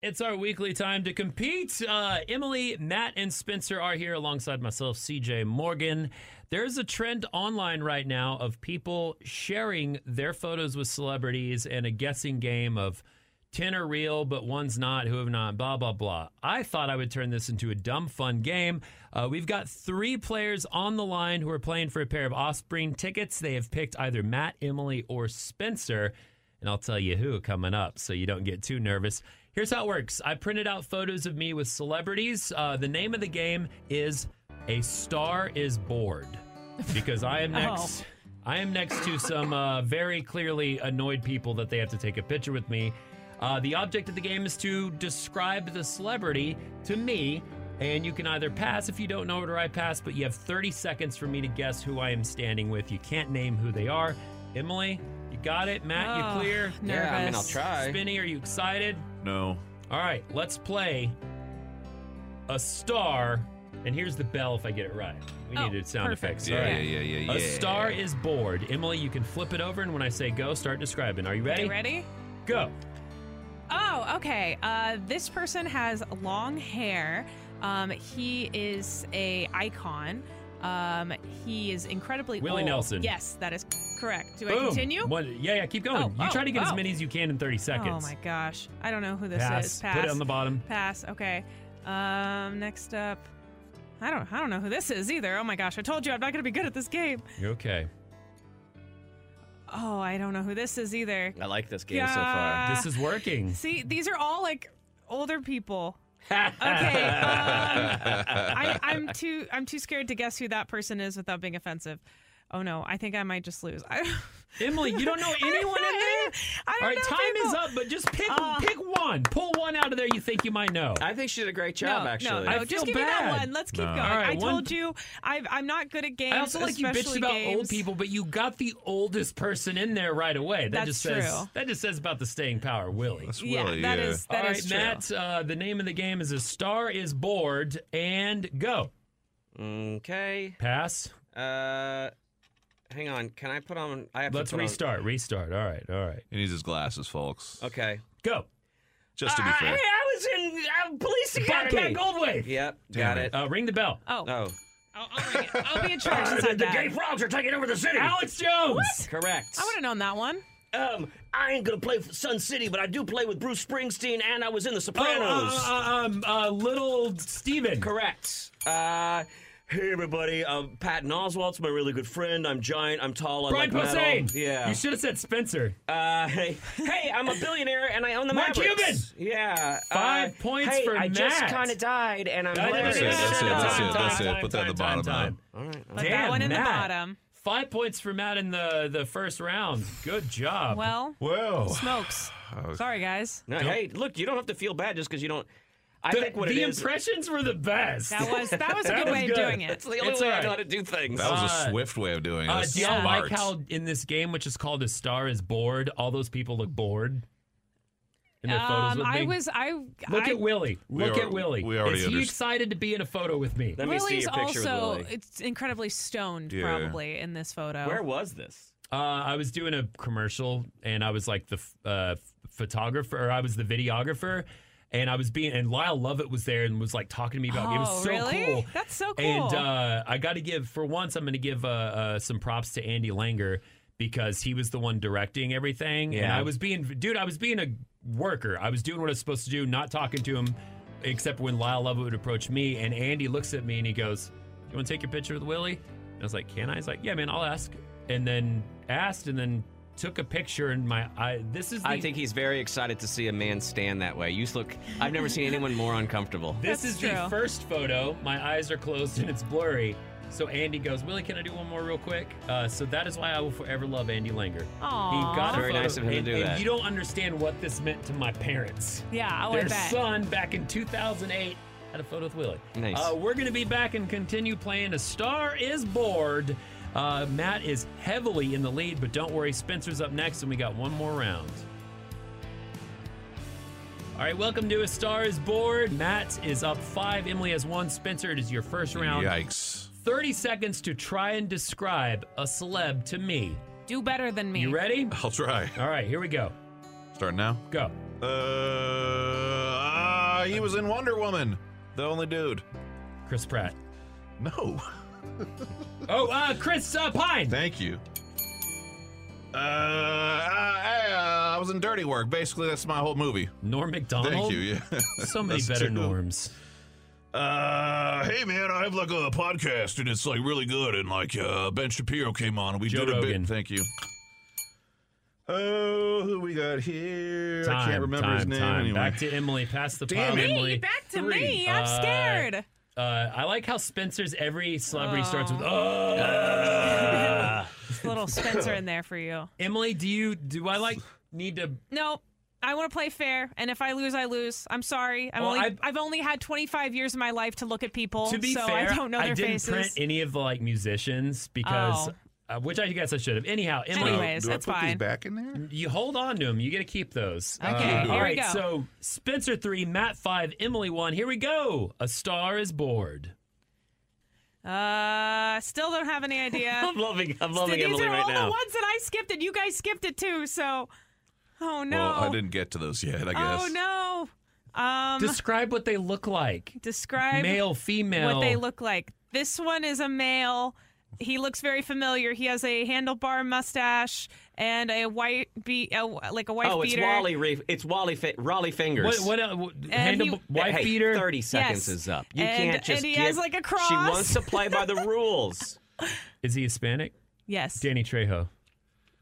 It's our weekly time to compete. Uh, Emily, Matt, and Spencer are here alongside myself, CJ Morgan. There's a trend online right now of people sharing their photos with celebrities and a guessing game of 10 are real, but one's not, who have not, blah, blah, blah. I thought I would turn this into a dumb, fun game. Uh, we've got three players on the line who are playing for a pair of offspring tickets. They have picked either Matt, Emily, or Spencer and I'll tell you who coming up so you don't get too nervous. Here's how it works I printed out photos of me with celebrities. Uh, the name of the game is A Star is Bored because I am next. I am next to some uh, very clearly annoyed people that they have to take a picture with me. Uh, the object of the game is to describe the celebrity to me, and you can either pass if you don't know it or I pass, but you have 30 seconds for me to guess who I am standing with. You can't name who they are. Emily, you got it. Matt,
Oh,
you clear?
Nervous.
Yeah, I mean, I'll try.
Spinny, are you excited?
No.
All right, let's play a star. And here's the bell if I get it right. We
Oh,
needed sound
perfect.
effects.
Yeah,
All right.
yeah, yeah, yeah, yeah.
A star is bored. Emily, you can flip it over, and when I say go, start describing. Are you ready?
You ready?
Go.
Oh, okay. Uh, this person has long hair. Um, he is a icon. Um, he is incredibly
Willie
old.
Nelson.
Yes, that is correct. Do I
Boom.
continue?
One- yeah, yeah, keep going.
Oh,
you
oh,
try to get as
oh.
many as you can in 30
Oh
seconds.
my gosh, I don't know who this
Pass.
is. Pass.
Put it on the bottom.
Pass. Okay. Um, next up, I don't. I don't know who this is either. Oh my gosh, I told you I'm not gonna be good at this game.
You're okay.
Oh, I don't know who this is either.
I like this game so far.
Ah.
this is working.
[laughs] See, these are all like older
[laughs]
people. Okay. Um, I, I'm too. I'm too scared to guess who that person is without being offensive. Oh no, I think I might just lose. I,
Emily, you
[laughs]
don't know anyone in there?
I don't
All right,
know
time is
people.
up, but just pick
Uh,
pick one. Pull one out of there you think you might know.
I think she did a great
No,
job,
no,
actually.
no,
I feel
just give me that
bad.
one. Let's keep
No.
going.
All right,
I
one-
told you I, I'm not good at games.
I also like you bitched
especially
about old
games.
people, but you got the oldest person in there right away. That
That's
just says
true.
that just says about the staying power, Willie.
That's uh,
Yeah,
Willie,
that
yeah.
is that
All
is
right, Matt. Uh, the name of the game is "A Star Is Bored," and go.
Okay.
Pass.
Uh, hang on. Can I put on? I have
Let's
to put on-
restart. Restart. All right. All right.
He needs his glasses, folks.
Okay.
Go.
Just to be
Ah,
fair.
[laughs]
hey, I was in uh, police
Bobcat
academy.
Goldwave.
Yep. got it.
Uh, ring the bell.
Oh,
Oh,
I'll, I'll ring it. I'll
[laughs]
be in charge. It's not bad.
frogs are taking over the city. Alex Jones.
correct.
I would have known that one.
Um, I ain't gonna play for Sun City, but I do play with Bruce Springsteen, and I was in The Sopranos.
um, uh, little Steven.
Correct. Uh, hey everybody, um, Patton Oswalt's my really good friend. I'm giant. I'm tall. I
Brian
like metal.
Posehn.
Yeah.
You should have said Spencer.
Uh, hey, hey, I'm a billionaire and I own the
Mark
Mavericks. Yeah. uh,
Five points
hey,
for
I just
Matt.
kind of died, and I'm.
That's it, that's
glad I said
it, that's
that.
it, that's it. Put that at the bottom,
Time.
But that one in the bottom.
Five points for Matt in the, the first round. Good job.
Well,
Whoa.
[sighs]
smokes. Sorry, guys.
No, hey, look, you don't have to feel bad just because you don't. I
the,
think what
the
it is.
impressions were the best.
That was that was a
That
good
was
way
good.
of doing it.
That's the only
It's
way I
alright.
know how to do things.
That was
Uh,
a swift way of doing it.
Uh,
That's
do y'all like
smart.
how in this game, which is called As Star is Bored, all those people look bored in their photos
Um,
with
I
me?
was I
Look
I,
at Willie. Look
are-
at Willie.
we already
is he
underst-
excited to be in a photo with me?
Let me see
Willie's
your picture
also
with Willie.
it's incredibly stoned
Yeah.
probably in this photo.
Where was this?
Uh, I was doing a commercial and I was like the f- uh, f- photographer, or I was the videographer, and I was being, and Lyle Lovett was there and was like talking to me about it was
Oh,
so
really?
cool.
That's so
And
cool.
uh, I got to give, for once, I'm going to give uh, uh, some props to Andy Langer because he was the one directing everything. And
Yeah.
I was being, dude, I was being a worker. I was doing what I was supposed to do, not talking to him, except when Lyle Lovett would approach me. And Andy looks at me and he goes, You want to take your picture with Willie? And I was like, Can I? He's like, Yeah, man, I'll ask. And then asked and then took a picture. And my, I, this is the.
I think he's very excited to see a man stand that way. You look. I've never seen anyone more uncomfortable.
This
That's
is
true.
the first photo. My eyes are closed and it's blurry. So Andy goes, Willie, can I do one more real quick? Uh, so that is why I will forever love Andy Langer.
Aw.
He got a
Very
photo,
nice of him to
and-
do
and
that.
You don't understand what this meant to my parents.
yeah, oh, I
Their
bet.
son back in 2008 had a photo with Willie.
Nice.
Uh, we're going to be back and continue playing. A star is bored. Uh, Matt is heavily in the lead, but don't worry, Spencer's up next, and we got one more round. All right, welcome to A Star is Bored. Matt is up five. Emily has one. Spencer, it is your first round.
Yikes.
30 seconds to try and describe a celeb to me.
Do better than me.
You ready?
I'll try.
All right, here we go.
Starting now.
Go.
Uh, ah, he was in Wonder Woman. The only dude.
Chris Pratt.
No.
Oh, uh, Chris uh, Pine.
Thank you. Uh, ah, I, I was in Dirty Work. Basically, that's my whole movie.
Norm McDonald.
Thank you. Yeah.
So many
That's
better
true.
norms.
[laughs] Uh, hey man, I have like a podcast and it's like really good. And like uh, Ben Shapiro came on and we
Joe
did a
Rogan.
bit. Thank you. Oh, who we got here? I can't remember his
time,
name
time.
anyway.
Back to Emily. Pass the
Damn
pile,
it. Me?
Emily.
Back to
Three.
me. I'm
Uh, [laughs]
scared.
Uh, I like how Spencer's every celebrity starts with. Oh.
[laughs] There's a little Spencer in there for you.
Emily, do you do I like need to?
No, I want to play fair, and if I lose, I lose. I'm sorry. I'm
Well,
only,
I-
I've, only had 25 years of my life to look at people,
To be
so
fair,
I don't know their
didn't
faces.
print any of the like musicians because,
Oh.
uh, which I guess I should have. Anyhow, Emily,
Anyway. Anyways,
do I
that's
put these
fine.
back in there?
you hold on to them. You get to keep those.
Okay,
Uh,
here we
all right.
go.
So Spencer three, Matt five, Emily one. Here we go. A star is
[laughs]
bored.
Uh, still don't have any idea.
I'm loving. I'm
So
loving
These
Emily
are
right
all
now.
the ones that I skipped, and you guys skipped it too. So, oh no.
Well, I didn't get to those yet. I guess.
Oh no. Um,
Describe what they look like.
describe
Male, female.
what they look like. This one is a male. He looks very familiar. He has a handlebar mustache and a white be a, like a white
oh, it's
beater.
Wally. Reef. It's Wally. Fi- Raleigh fingers.
What? What? Uh, what
And
handle,
he-
wife
hey,
beater.
Thirty seconds
Yes.
is up. You
And-
can't just.
and he
give-
has, like, a cross.
She wants to play by the rules.
Is he Hispanic?
Yes.
Danny Trejo.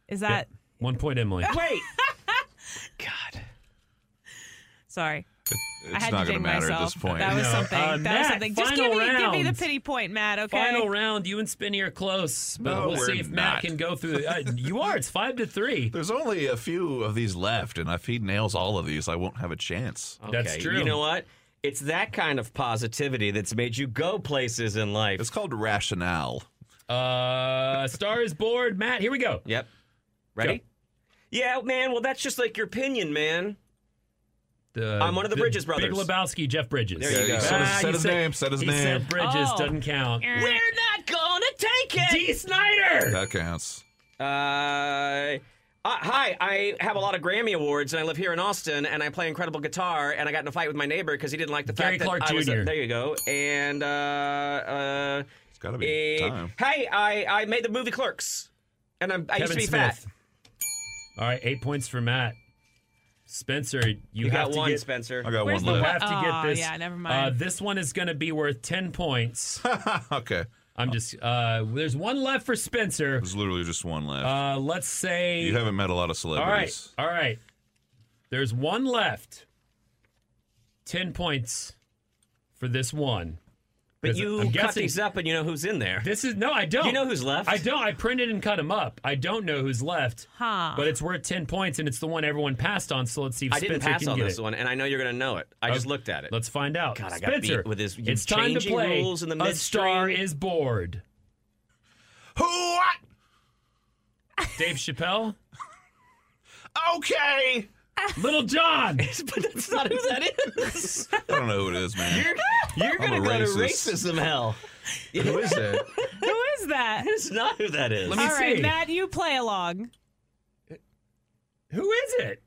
Is that
One point, Emily.
Wait.
sorry? I
it's
had
not
to
gonna
dig
matter
myself.
at this point.
That was
No.
something.
Uh,
that
Matt,
was something. Just give
final
me give me the
round.
pity point, Matt. Okay.
Final
[laughs]
round. You and Spinny are close, but
No,
we'll see
we're
if Matt
not.
can go through. The, uh, you are. It's five to three.
There's only a few of these left, and if he nails all of these, I won't have a chance.
That's
Okay,
true.
You know what? It's that kind of positivity that's made you go places in life.
It's called rationale.
Uh, star is bored. Matt, here we go.
Yep. Ready? Yeah, man. Well, that's just like your opinion, man.
the
I'm one of the Bridges
Uh, Big
brothers.
Lebowski, Jeff Bridges.
There you Yeah, he go.
said his-
Ah,
said
he
his name, said his
he
name.
said Bridges
Oh.
doesn't count.
We're not gonna take it.
D. Snyder.
That counts.
Uh, uh, hi, I have a lot of Grammy awards, and I live here in Austin, and I play incredible guitar. And I got in a fight with my neighbor because he didn't like the
Gary
fact that
Clark
I was.
Jr..
there you go. And uh, uh,
It's got to be
eh,
time.
hey, I I made the movie Clerks, and I'm, I used
Kevin
to be
Smith.
fat.
All right, eight points for Matt. Spencer, you,
You,
have
got
to
one,
get.
Spencer.
I got
Where's
one
the
You
left.
have to get
Aw,
this.
yeah, never mind.
Uh, this one is going to be worth ten points.
[laughs] okay.
I'm just. Uh, there's one left for Spencer.
There's literally just one left.
Uh, let's say.
you haven't met a lot of
all right,
celebrities.
all right. There's one left. Ten points for this one.
but
Because
you
I'm
cut
guessing-
these up, and you know who's in there.
This is no, I don't.
You know who's left?
I don't. I printed and cut them up. I don't know who's left.
Huh.
But it's worth ten points, and it's the one everyone passed on. So let's see if
I
Spencer
didn't pass
can
on
get
this
it.
one, and I know you're gonna know it. I just
Okay.
looked at it.
Let's find out.
God, I got
Spencer,
beat with this- you
it's time to
changing
play.
rules in the
a star
midstream.
is bored.
Who? What?
Dave Chappelle,
Okay.
Little
[laughs]
John.
but [laughs] that's not who that is.
I don't know who it is, man.
You're
I'm
gonna
a
go to
racist.
racism hell.
[laughs] who is
[laughs]
that?
Who is that?
That's not who that is.
Let me
All right,
see.
Matt, you play along.
Who is it?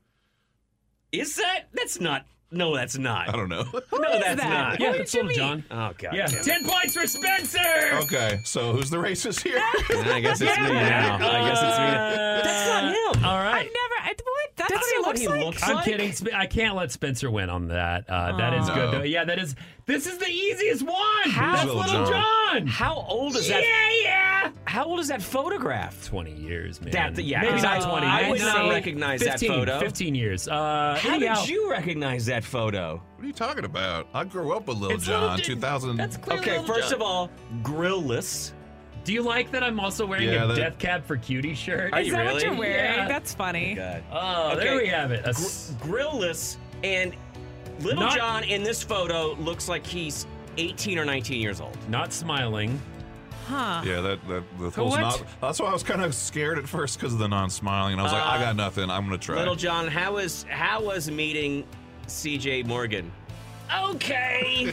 Is that? That's not. No, that's not.
I don't know.
no,
is
that's
that?
not.
yeah,
did
it's
you
Little
meet?
John.
Oh god.
yeah,
damn it. Oh,
ten points for Spencer.
Okay, so who's the racist here?
I guess it's me now. I guess it's me. That's not him.
All right.
I've never. I, what? That's
That's not
what he looks like.
I'm kidding. Sp- I can't let Spencer win on that. Uh, that is
No.
good. Though. Yeah, that is. This is the easiest one. That's
Little
Little
John.
John.
How old is that?
Yeah, yeah.
How old is that photograph?
Twenty years, man.
That- yeah,
maybe
uh,
not twenty.
I
maybe
would not
no,
recognize that
15,
photo.
Fifteen years. Uh,
How
anyhow,
did you recognize that photo?
What are you talking about? I grew up with Lil
It's Lil
John,
Jon.
2000.
That's clearly
Okay,
Little
first
John.
of all, grillless.
Do you like that I'm also wearing
Yeah,
a
that-
death cab for cutie shirt?
Are
Is
you
that what
really?
you're wearing?
Yeah.
That's funny.
God.
Oh,
Okay.
there we have it. A
Gr-
s-
grillless and Little
Not-
John in this photo looks like he's 18 or 19 years old.
not smiling.
Huh.
yeah, that that the whole
What?
not. That's why I was kind of scared at first because of the non-smiling, and I was like, I got nothing. I'm gonna try.
Little John, how was how was meeting CJ Morgan? Okay.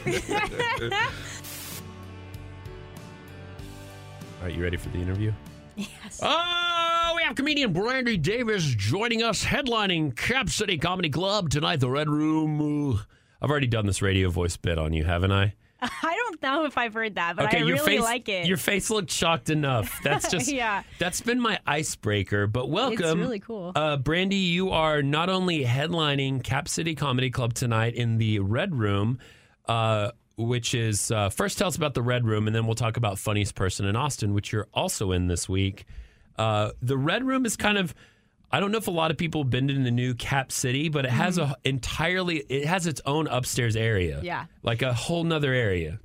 All right, you ready for the interview? Yes. Oh, we have comedian Brandy Davis joining us, headlining Cap City Comedy Club tonight, the Red Room. Ooh, I've already done this radio voice bit on you, haven't I?
[laughs] I don't know if I've heard that, but I
your
really
face,
like it.
Your face looked shocked enough.
[laughs]
That's just
Yeah.
That's been my icebreaker. But welcome,
really cool.
uh, Brandy. You are not only headlining Cap City Comedy Club tonight in the Red Room, uh, which is uh, first tell us about the Red Room, and then we'll talk about funniest person in Austin, which you're also in this week. Uh, the Red Room is kind of. I don't know if a lot of people have been to the new Cap City, but it has a entirely it has its own upstairs area.
Mm-hmm. Yeah.
Like a whole nother area.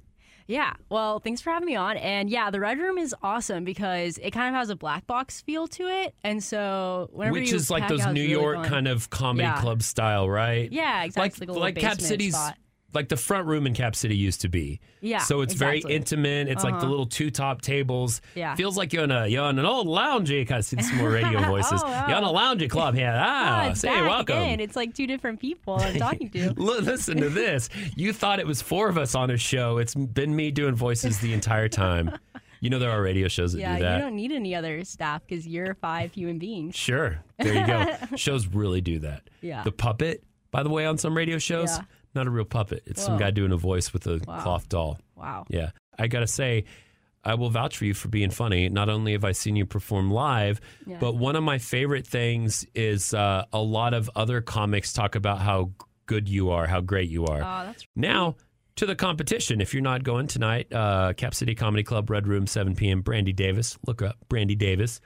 yeah. Well, thanks for having me on. And yeah, the Red Room is awesome because it kind of has a black box feel to it. And so whenever
which
you
is like
pack
those
out, it's
New
really
York
fun.
kind of comedy
Yeah.
club style, right?
Yeah, exactly.
Like
a
like
little
Cap
basement
City's
spot.
like the front room in Cap City used to be.
Yeah,
So it's very
exactly. Uh-huh.
intimate. It's like the little two top tables.
Yeah.
Feels like you're in a you're in an old loungy kind of see some
[laughs]
more radio voices.
Oh, wow.
You're in a loungy
[laughs]
club here. Ah,
Ah, it's
say
back
welcome.
again. It's like two different people I'm talking to.
[laughs] L- Listen to this. You thought it was four of us on a show. It's been me doing voices the entire time. You know there are radio shows that
yeah,
do that.
you don't need any other staff because you're five human beings.
Sure. There you
[laughs]
go. shows really do that.
Yeah.
The puppet, by the way, on some radio shows,
Yeah.
not a real puppet. It's some
Whoa.
guy doing a voice with a cloth doll.
Wow.
Yeah. I got to say, I will vouch for you for being funny. Not only have I seen you perform live, but one of my favorite things is uh, a lot of other comics talk about how good you are, how great you are.
Oh, that's
Now to the competition. If you're not going tonight, uh, Cap City Comedy Club, Red Room, 7 p.m. Brandy Davis. Look up Brandy Davis.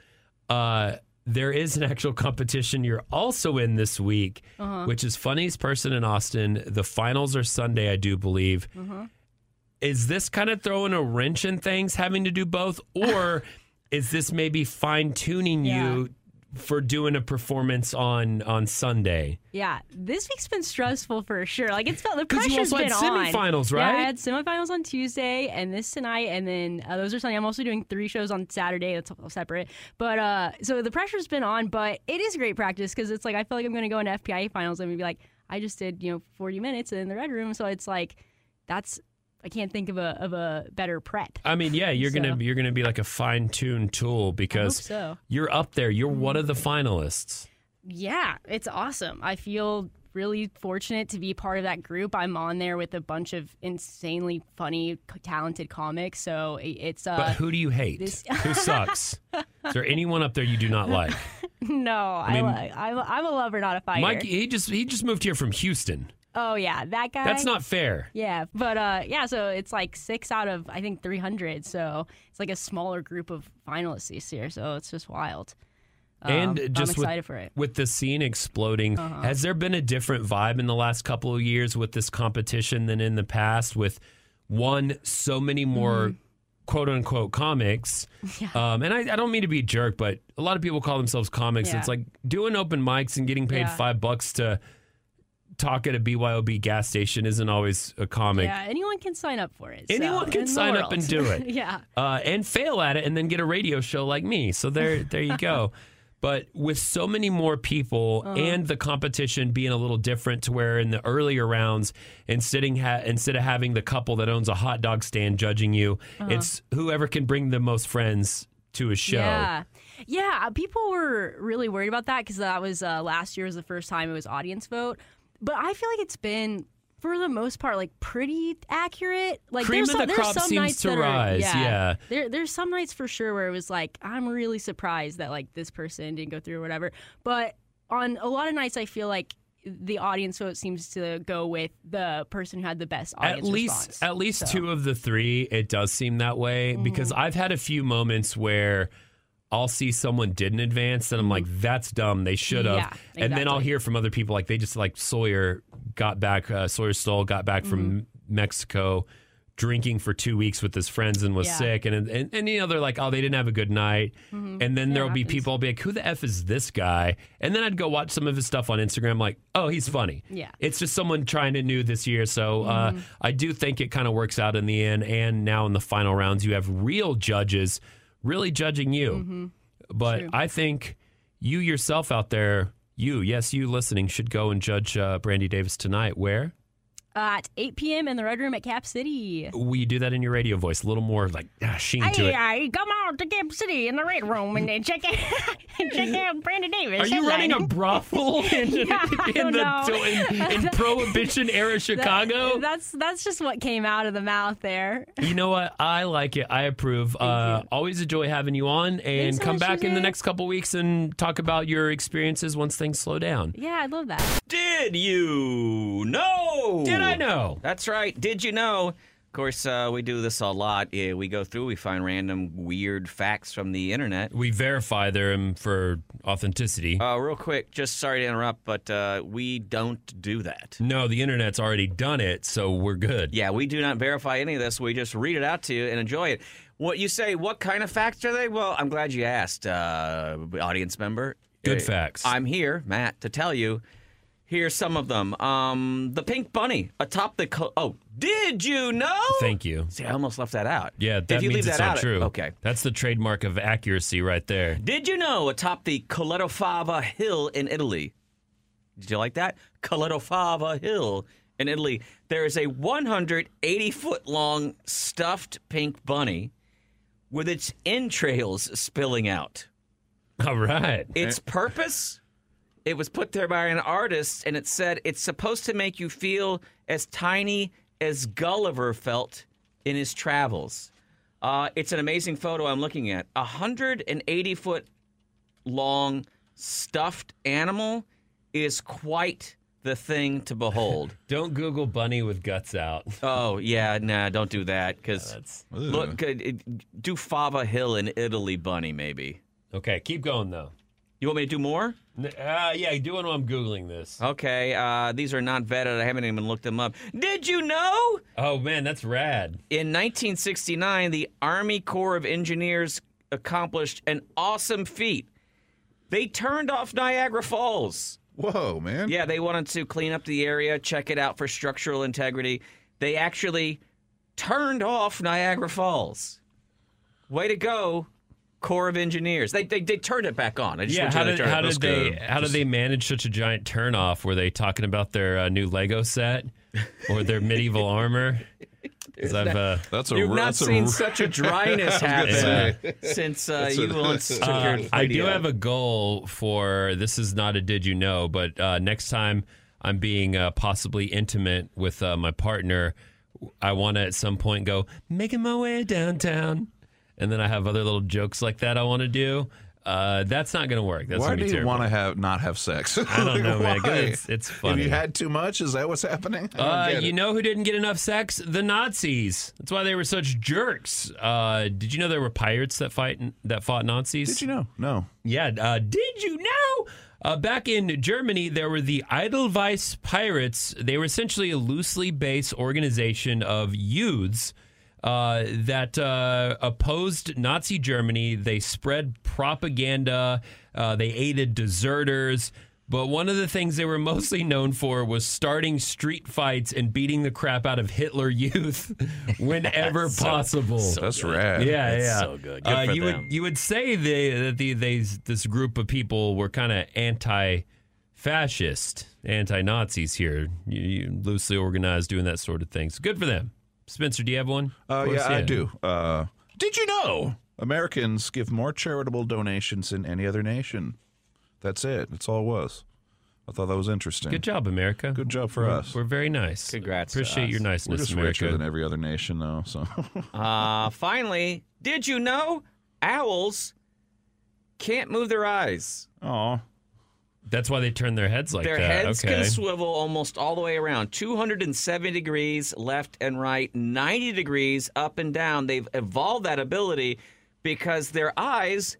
Uh, there is an actual [laughs] competition you're also in this week, which is funniest person in Austin. The finals are Sunday, I do believe. Is this kind of throwing a wrench in things, having to do both, or is this maybe fine tuning you for doing a performance on on Sunday?
Yeah, this week's been stressful for sure. Like it's felt the
'Cause you
pressure's
also had
been on.
semifinals,
Yeah,
right?
I had semifinals on Tuesday and this tonight, and then uh, those are Sunday. I'm also doing three shows on Saturday. That's all separate. But uh, so the pressure's been on, but it is great practice because it's like I feel like I'm going to go into FPI finals and be like,
I just did, you know, 40 minutes in the red room. So it's like, that's, I can't think of a, of a better prep.
I mean, yeah, you're
So-
gonna you're gonna be like a fine tuned tool because
so.
you're up there. You're one of the finalists.
Yeah, it's awesome. I feel really fortunate to be part of that group. I'm on there with a bunch of insanely funny, c- talented comics. So i- it's,
But
uh,
who do you hate?
this- [laughs]
who sucks? Is there anyone up there you do not like?
[laughs] no, I
mean-
li- I'm, I'm a lover, not a fighter.
Mike, he just he just moved here from Houston.
oh, yeah, that guy.
That's not fair.
Yeah, but uh, yeah, so it's like six out of I think 300. So it's like a smaller group of finalists this year. So it's just wild. Um,
and
I'm
just
excited
with,
for it.
with the scene exploding,
Uh-huh.
has there been a different vibe in the last couple of years with this competition than in the past? With one, so many more
Mm-hmm.
quote unquote
[laughs]
comics. Um, and I, I don't mean to be a jerk, but a lot of people call themselves comics.
Yeah.
It's like doing open mics and getting paid
Yeah.
five bucks to talk at a BYOB gas station isn't always a comic.
Yeah, anyone can sign up for it. so-
Anyone can
in the
sign up
world.
and do it.
[laughs] yeah.
uh, and fail at it and then get a radio show like me. So there, there you go. But with so many more people and the competition being a little different, to where in the earlier rounds, instead of, ha- instead of having the couple that owns a hot dog stand judging you, it's whoever can bring the most friends to a show.
Yeah. Yeah. uh, People were really worried about that because that was uh, last year was the first time it was audience vote. But I feel like it's been, for the most part, like pretty accurate. Like
Cream
there's
of
some,
the
there's
crop
some
seems
nights
to
that
rise,
Are, yeah.
yeah.
There, there's some nights for sure where it was like, I'm really surprised that like this person didn't go through or whatever. But on a lot of nights, I feel like the audience vote seems to go with the person who had the best
At
audience
least,
response.
at least
So- Mm-hmm.
two of the three, it does seem that way because I've had a few moments where I'll see someone didn't advance, and I'm like, "That's dumb. They should have."
Mm-hmm. Yeah,
And then I'll
exactly.
hear from other people like they just like Sawyer got back, uh, Sawyer Stoll got back from
Mm-hmm.
Mexico, drinking for two weeks with his friends and was
Yeah.
sick, and and, and you know they're like, "Oh, they didn't have a good night." And then there'll be
Mm-hmm. happens.
people I'll be like, "Who the f is this guy?" And then I'd go watch some of his stuff on Instagram, like, "Oh, he's funny."
Yeah. Mm-hmm.
It's just someone trying to new this year. So uh, I do think it kind of works out in the end. And now in the final rounds, you have real judges really judging you.
Mm-hmm.
But I think you yourself out there, you, yes, you listening, should go and judge uh, Brandy Davis tonight. Where?
at 8 p.m. in the Red Room at Cap City.
Will you do that in your radio voice? A little more like ah, sheen to it.
Hey, uh, come out to Camp City in the Red Room and, and check out [laughs] and check out Brandon Davis.
Are you running a
[laughs]
brothel in, in,
I don't
the,
know. [laughs]
in, in Prohibition era Chicago?
That's that's just what came out of the mouth there.
You know what? I like it. I approve. Uh, always a joy having you on, and
so
come
much,
back in the
Jose.
next couple weeks and talk about your experiences once things slow down.
Yeah, I love that.
[laughs] Did you know?
Did I know?
That's right. Did you know? Of course, uh, we do this a lot. Eh, We go through, we find random weird facts from the internet.
We verify them for authenticity.
Uh, real quick, just sorry to interrupt, but uh, we don't do that.
no, the internet's already done it, so we're good.
Yeah, we do not verify any of this. We just read it out to you and enjoy it. What you say, what kind of facts are they? Well, I'm glad you asked, uh, audience member.
Good
Eh,
facts.
I'm here, Matt, to tell you. Here's some of them. Um, the pink bunny atop the. Co- oh, did you know?
Thank you.
See, I almost left that out.
Yeah, that
if you
means
leave
it's
that
not
out,
true.
Okay.
That's the trademark of accuracy right there. [laughs]
Did you know atop the Coletto Fava Hill in Italy? Did you like that? Coletto Fava Hill in Italy. There is a 180 foot long stuffed pink bunny with its entrails spilling out.
All right.
Its purpose? It was put there by an artist and it said it's supposed to make you feel as tiny as Gulliver felt in his travels. Uh, it's an amazing photo I'm looking at. A 180 foot long stuffed animal is quite the thing to behold.
Don't Google bunny with guts
[laughs]
out.
oh, yeah, nah, don't do that because look, uh, it- do Fava Hill in Italy, Bunny, maybe.
Okay, keep going though.
You want me to do more?
N- Uh, yeah, do it while I'm Googling this.
Okay, uh, these are not vetted. I haven't even looked them up. Did you know?
Oh, man, that's rad.
In 1969, the Army Corps of Engineers accomplished an awesome feat. They turned off Niagara Falls.
Whoa, man.
Yeah, they wanted to clean up the area, check it out for structural integrity. They actually turned off Niagara Falls. Way to go, Corps of Engineers. They they, they turned it back on. I just
Yeah,
went
how
to
did,
turn
how
it.
did they how did they manage such a giant turnoff? Were they talking about their uh, new Lego set or their medieval
[laughs]
armor? 'Cause I've, uh,
That's a
You've
r-
not
that's a
seen
r-
such [laughs] a dryness happen since uh,
That's
you
a- [laughs]
once took your
uh, I do
video.
have a goal for this is not a did you know, but uh, next time I'm being uh, possibly intimate with uh, my partner, I want to at some point go making my way downtown, and then I have other little jokes like that I want to do. Uh, that's not going to work. That's
Why
gonna
do
be
you
terrible.
want to have not have sex? I
don't
[laughs]
know, man. It's- it's funny.
Have you had too much? Is that what's happening? I don't
Uh,
get
you
it.
know who didn't get enough sex? The Nazis. That's why they were such jerks. Uh, did you know there were pirates that fight that fought Nazis?
Did you know? No.
Yeah. Uh, did you know? Uh, back in Germany, there were the Edelweiss Pirates. They were essentially a loosely based organization of youths uh, that uh, opposed Nazi Germany. They spread propaganda. Uh, they aided deserters. But one of the things they were [laughs] mostly known for was starting street fights and beating the crap out of Hitler youth [laughs] whenever possible.
That's rad.
[laughs]
Yeah,
That's
yeah.
so good. Good
uh,
for
you
them.
would you would say they that the they this group of people were kind of anti-fascist, anti-Nazis here, you, you loosely organized, doing that sort of thing. So good for them. Spencer, do you have one?
Uh,
For us?
yeah, I do. Uh, did you know Americans give more charitable donations than any other nation? That's it. That's all it was. I thought that was interesting.
Good job, America.
Good job for
We're-
us.
We're very nice.
Congrats to
Appreciate
us.
your
We're
niceness,
just richer
America.
than every other nation, though. So [laughs]
Uh, finally, did you know owls can't move their eyes?
oh,
That's why they turn their heads like
their
that.
heads
okay.
can swivel almost all the way around 270 degrees left and right, 90 degrees up and down. They've evolved that ability because their eyes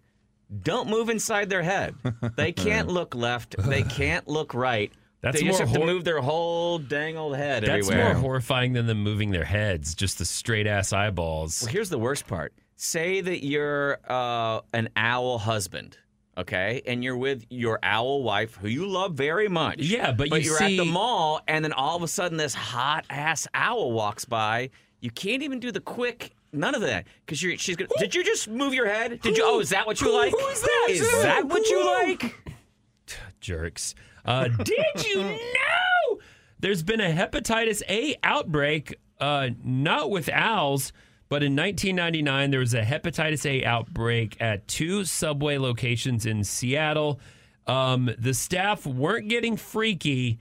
don't move inside their head.
[laughs]
They can't look left, they can't look right.
That's
they just
more
have to
hor-
move their whole dang old head
That's
everywhere.
more horrifying than them moving their heads, just the straight ass eyeballs.
Well, here's the worst part. Say that you're uh, an owl husband, okay, and you're with your owl wife, who you love very much.
Yeah, but you
are at the
see-
mall, and then all of a sudden, this hot ass owl walks by. You can't even do the quick. None of that, because you're. She's gonna. Did you just move your head? Did you? Oh, is that what you like? Who is that? Is that what you like?
jerks. Uh, did you know there's been a hepatitis A outbreak, uh, not with owls, but in 1999 there was a hepatitis A outbreak at two subway locations in Seattle. Um, the staff weren't getting freaky.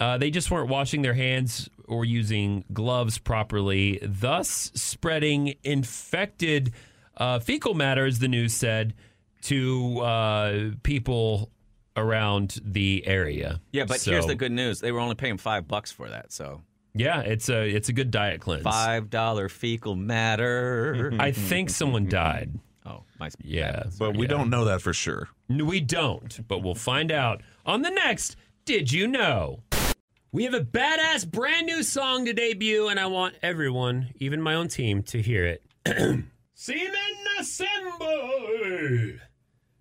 Uh, they just weren't washing their hands or using gloves properly, thus spreading infected uh, fecal matter, as the news said, to uh, people around the area.
Yeah, but here's
So,
the good news. They were only paying five bucks for that, so
Yeah, it's a it's a good diet cleanse.
five dollar fecal matter.
[laughs] I think someone
[laughs]
died.
oh, my.
Yeah,
but we don't know that for sure.
No, we don't, but we'll find out on the next Did You Know? We have a badass brand new song to debut, and I want everyone, even my own team, to hear it. [clears throat] Seaman Assemble!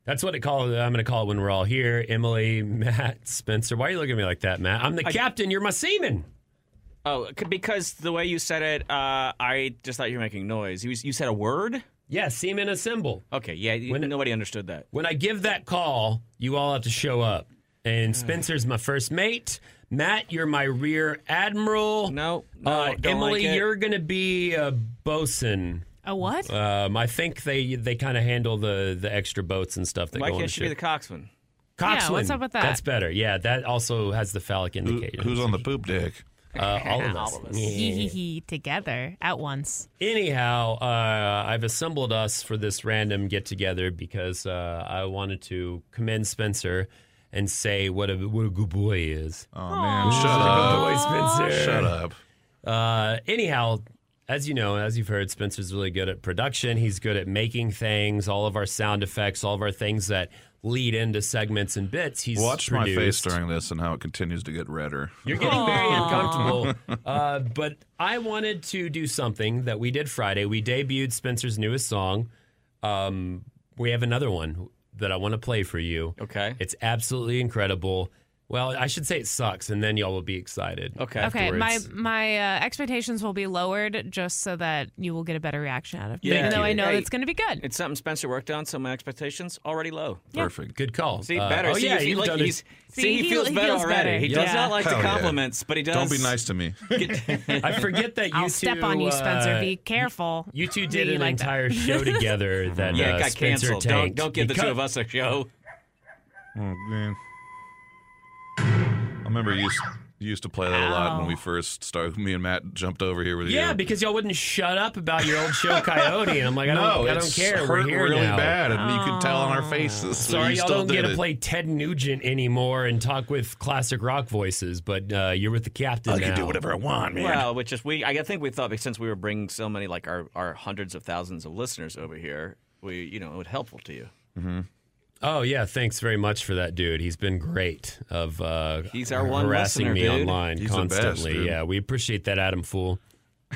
That's what it call I'm going to call it when we're all here. Emily, Matt, Spencer. Why are you looking at me like that, Matt? I'm the captain. You're my seaman.
Oh, c- because the way you said it, uh, I just thought you were making noise. You, you said a word?
Yeah, seaman assemble.
Okay, yeah, y-
When-
nobody understood that.
When I give that call, you all have to show up.
Mm.
And Spencer's my first mate. Matt, you're my rear admiral.
No, no,
uh,
don't
Emily,
like it.
you're gonna be a bosun.
A what?
Um, I think they they kind of handle the the extra boats and stuff that
Why
go on the
can't she be the
ship.
coxman?
Yeah, what's
Coxswain.
up with that?
That's better. Yeah, that also has the phallic
Who-
indicator.
who's on the poop dick?
Uh, all of us.
Hee
[laughs]
hee
Yeah.
hee together at once.
Anyhow, uh, I've assembled us for this random get together because uh, I wanted to commend Spencer and say what a what a good boy he is.
Oh man, shut
Good
up!
boy, Spencer.
Shut up!
Uh, anyhow, as you know, as you've heard, Spencer's really good at production. He's good at making things, all of our sound effects, all of our things that lead into segments and bits. He's
Watch my face
produced.
during this and how it continues to get redder.
You're getting very uncomfortable. Uh, but I wanted to do something that we did Friday. We debuted Spencer's newest song. Um, we have another one that I want to play for you.
Okay.
It's absolutely incredible. Well, I should say it sucks, and then y'all will be excited.
Okay.
Okay, my
afterwards.
my uh, expectations will be lowered just so that you will get a better reaction out of me.
Yeah.
Even though I know
Hey.
it's going to be good.
It's something Spencer worked on, so my expectations already low.
Perfect.
Good call.
See,
Uh,
better.
Oh,
see,
yeah.
see,
you've
like,
done
he's,
it.
see, he feels, better already. He
Yeah.
does not like
Oh,
Hell
the
yeah.
compliments, but he does.
Don't be nice
[laughs]
to me.
[laughs]
Oh,
I forget
[laughs]
that you
I'll
two,
step on you, Spencer.
uh,
be careful.
You two did
You
an
like that.
entire
[laughs]
[laughs]
show together that
Yeah,
uh,
it got
Spencer
canceled. Don't,
tanked.
don't give the two
Because-
of us a show.
Oh, man. I remember you used, you used to play that a lot when
Ow.
we first started. Me and Matt jumped over here with
Yeah,
you.
because y'all wouldn't shut up about your old show Coyote, and I'm like, I don't,
no,
I don't
it's
care.
hurt
We're here
really
now.
bad, and you could tell on our faces. that
Sorry,
you
y'all
still
don't get
did
to
it.
play Ted Nugent anymore and talk with classic rock voices, but uh, you're with the captain
I
now.
can do whatever I want, man.
Well, which is we. I think we thought because since we were bringing so many like our, our hundreds of thousands of listeners over here, we you know it would helpful to you.
Oh yeah, thanks very much for that, dude. He's been great. Of uh,
He's our one
harassing
listener,
me
dude.
online
He's the best,
constantly.
dude.
yeah, we appreciate that, Adam Fool.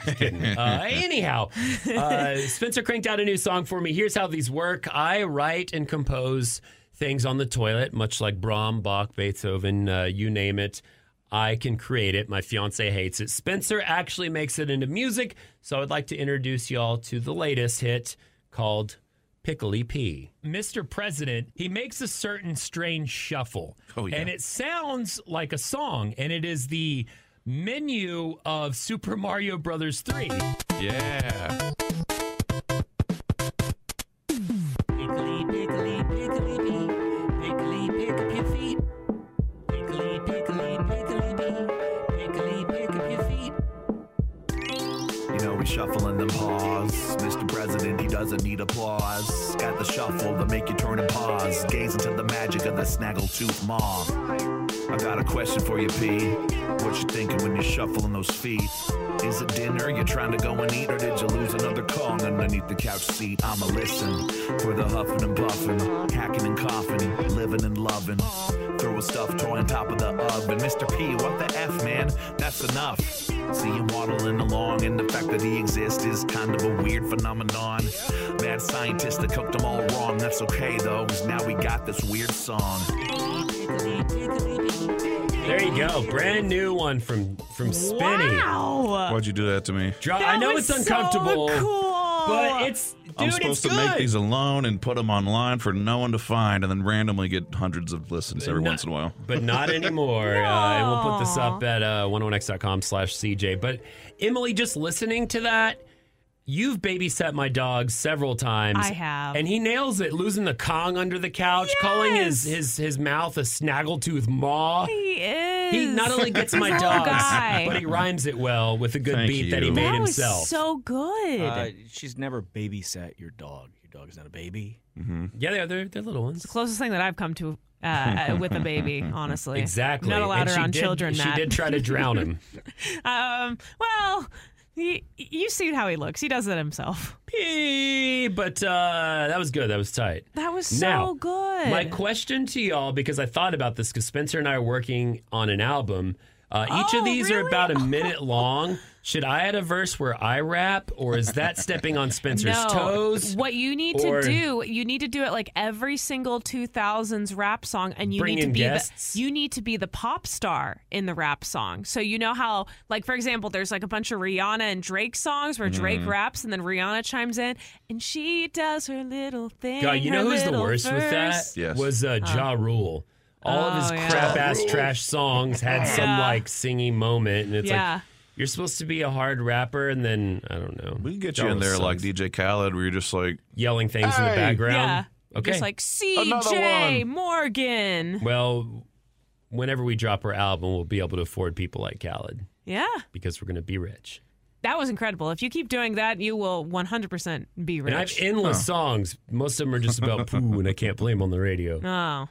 Just kidding. uh, [laughs] anyhow, uh, Spencer cranked out a new song for me. Here's how these work: I write and compose things on the toilet, much like Brahm, Bach, Beethoven, uh, you name it. I can create it. My fiance hates it. Spencer actually makes it into music, so I would like to introduce y'all to the latest hit called Pickly P. Mr. President, he makes a certain strange shuffle.
Oh, yeah.
And it sounds like a song, and it is the menu of Super Mario Brothers 3.
Yeah.
Pickly, pickly, pickly pee. Pickly, pick up your feet. Pickly, pickly, pickly pee. Pickly, pick up your feet.
You know, he's shuffling them paws. Mr. President, he doesn't need applause. Got the shuffle to make you turn and pause. Gaze into the magic of the snaggletooth mom. I got a question for you, P. What you thinking when you're shuffling those feet? Is it dinner you're trying to go and eat, or did you lose another Kong underneath the couch seat? I'ma listen for the huffing and puffing, hacking and coughing, living and loving. Throw a stuffed toy on top of the oven. Mr. P, what the F, man? That's enough. See him waddling along, and the fact that he exists is kind of a weird phenomenon. Mad scientists that cooked them all wrong. That's okay, though, 'cause now we got this weird song.
There you go. Brand new one from from Spinny.
Wow.
Why'd you do that to me?
Dro-
That
I know
was
it's uncomfortable,
So cool.
but it's dude,
I'm
it's
supposed to
good.
make these alone and put them online for no one to find, and then randomly get hundreds of listens every
Not-
once in a while.
[laughs] but not anymore. uh, and we'll put this up at uh, 101x.com slash CJ. But Emily, just listening to that, you've babysat my dog several times.
I have.
And he nails it, losing the Kong under the couch, calling his, his, his mouth a snaggletooth maw.
he is.
He not only gets my
He's a little
dogs,
guy.
but he rhymes it well with a good
Thank
beat that he
you.
made
that
himself.
was so good.
Uh, she's never babysat your dog. Your dog's not a baby.
yeah, they're, they're, they're little ones.
Closest thing that I've come to uh, with
[laughs]
a baby, honestly.
Exactly.
Not allowed
And she
around
did-
children.
She
Matt.
did try to drown
[laughs]
him.
Um, well, he, you see how he looks. He does it himself.
Pee, but uh, that was good. That was tight.
That was so
Now,
good.
My question to y'all, because I thought about this, because Spencer and I are working on an album. Uh, each
Oh,
of these are
really? [laughs]
about a minute long. Should I add a verse where I rap, or is that stepping on Spencer's
no,
toes?
what you need
or-
to do, you need to do it like every single 2000s rap song, and you
Bring
need to
in
be
guests?
the you need to be the pop star in the rap song. So you know how, like for example, there's like a bunch of Rihanna and Drake songs where
Mm-hmm.
Drake raps and then Rihanna chimes in and she does her little thing.
God, you
her
know who's the
little
worst with that?
verse.
Yes.
Was uh, Ja Rule. All of his
Oh, yeah.
crap ass trash songs had some
Yeah.
like singing moment, and it's
Yeah.
like you're supposed to be a hard rapper, and then I don't know.
We can get
Ja
you in
Rule
there like
sucks.
DJ Khaled, where you're just like,
yelling things in the
Hey!
background.
Yeah.
Okay.
Just like
Another
CJ
one.
Morgan.
well, whenever we drop our album, we'll be able to afford people like Khaled
Yeah.
because we're going to be rich.
That was incredible. If you keep doing that, you will 100% be
And I have
rich. [laughs]
endless songs. Most of them are just about poo, and I can't play them on the radio.
oh.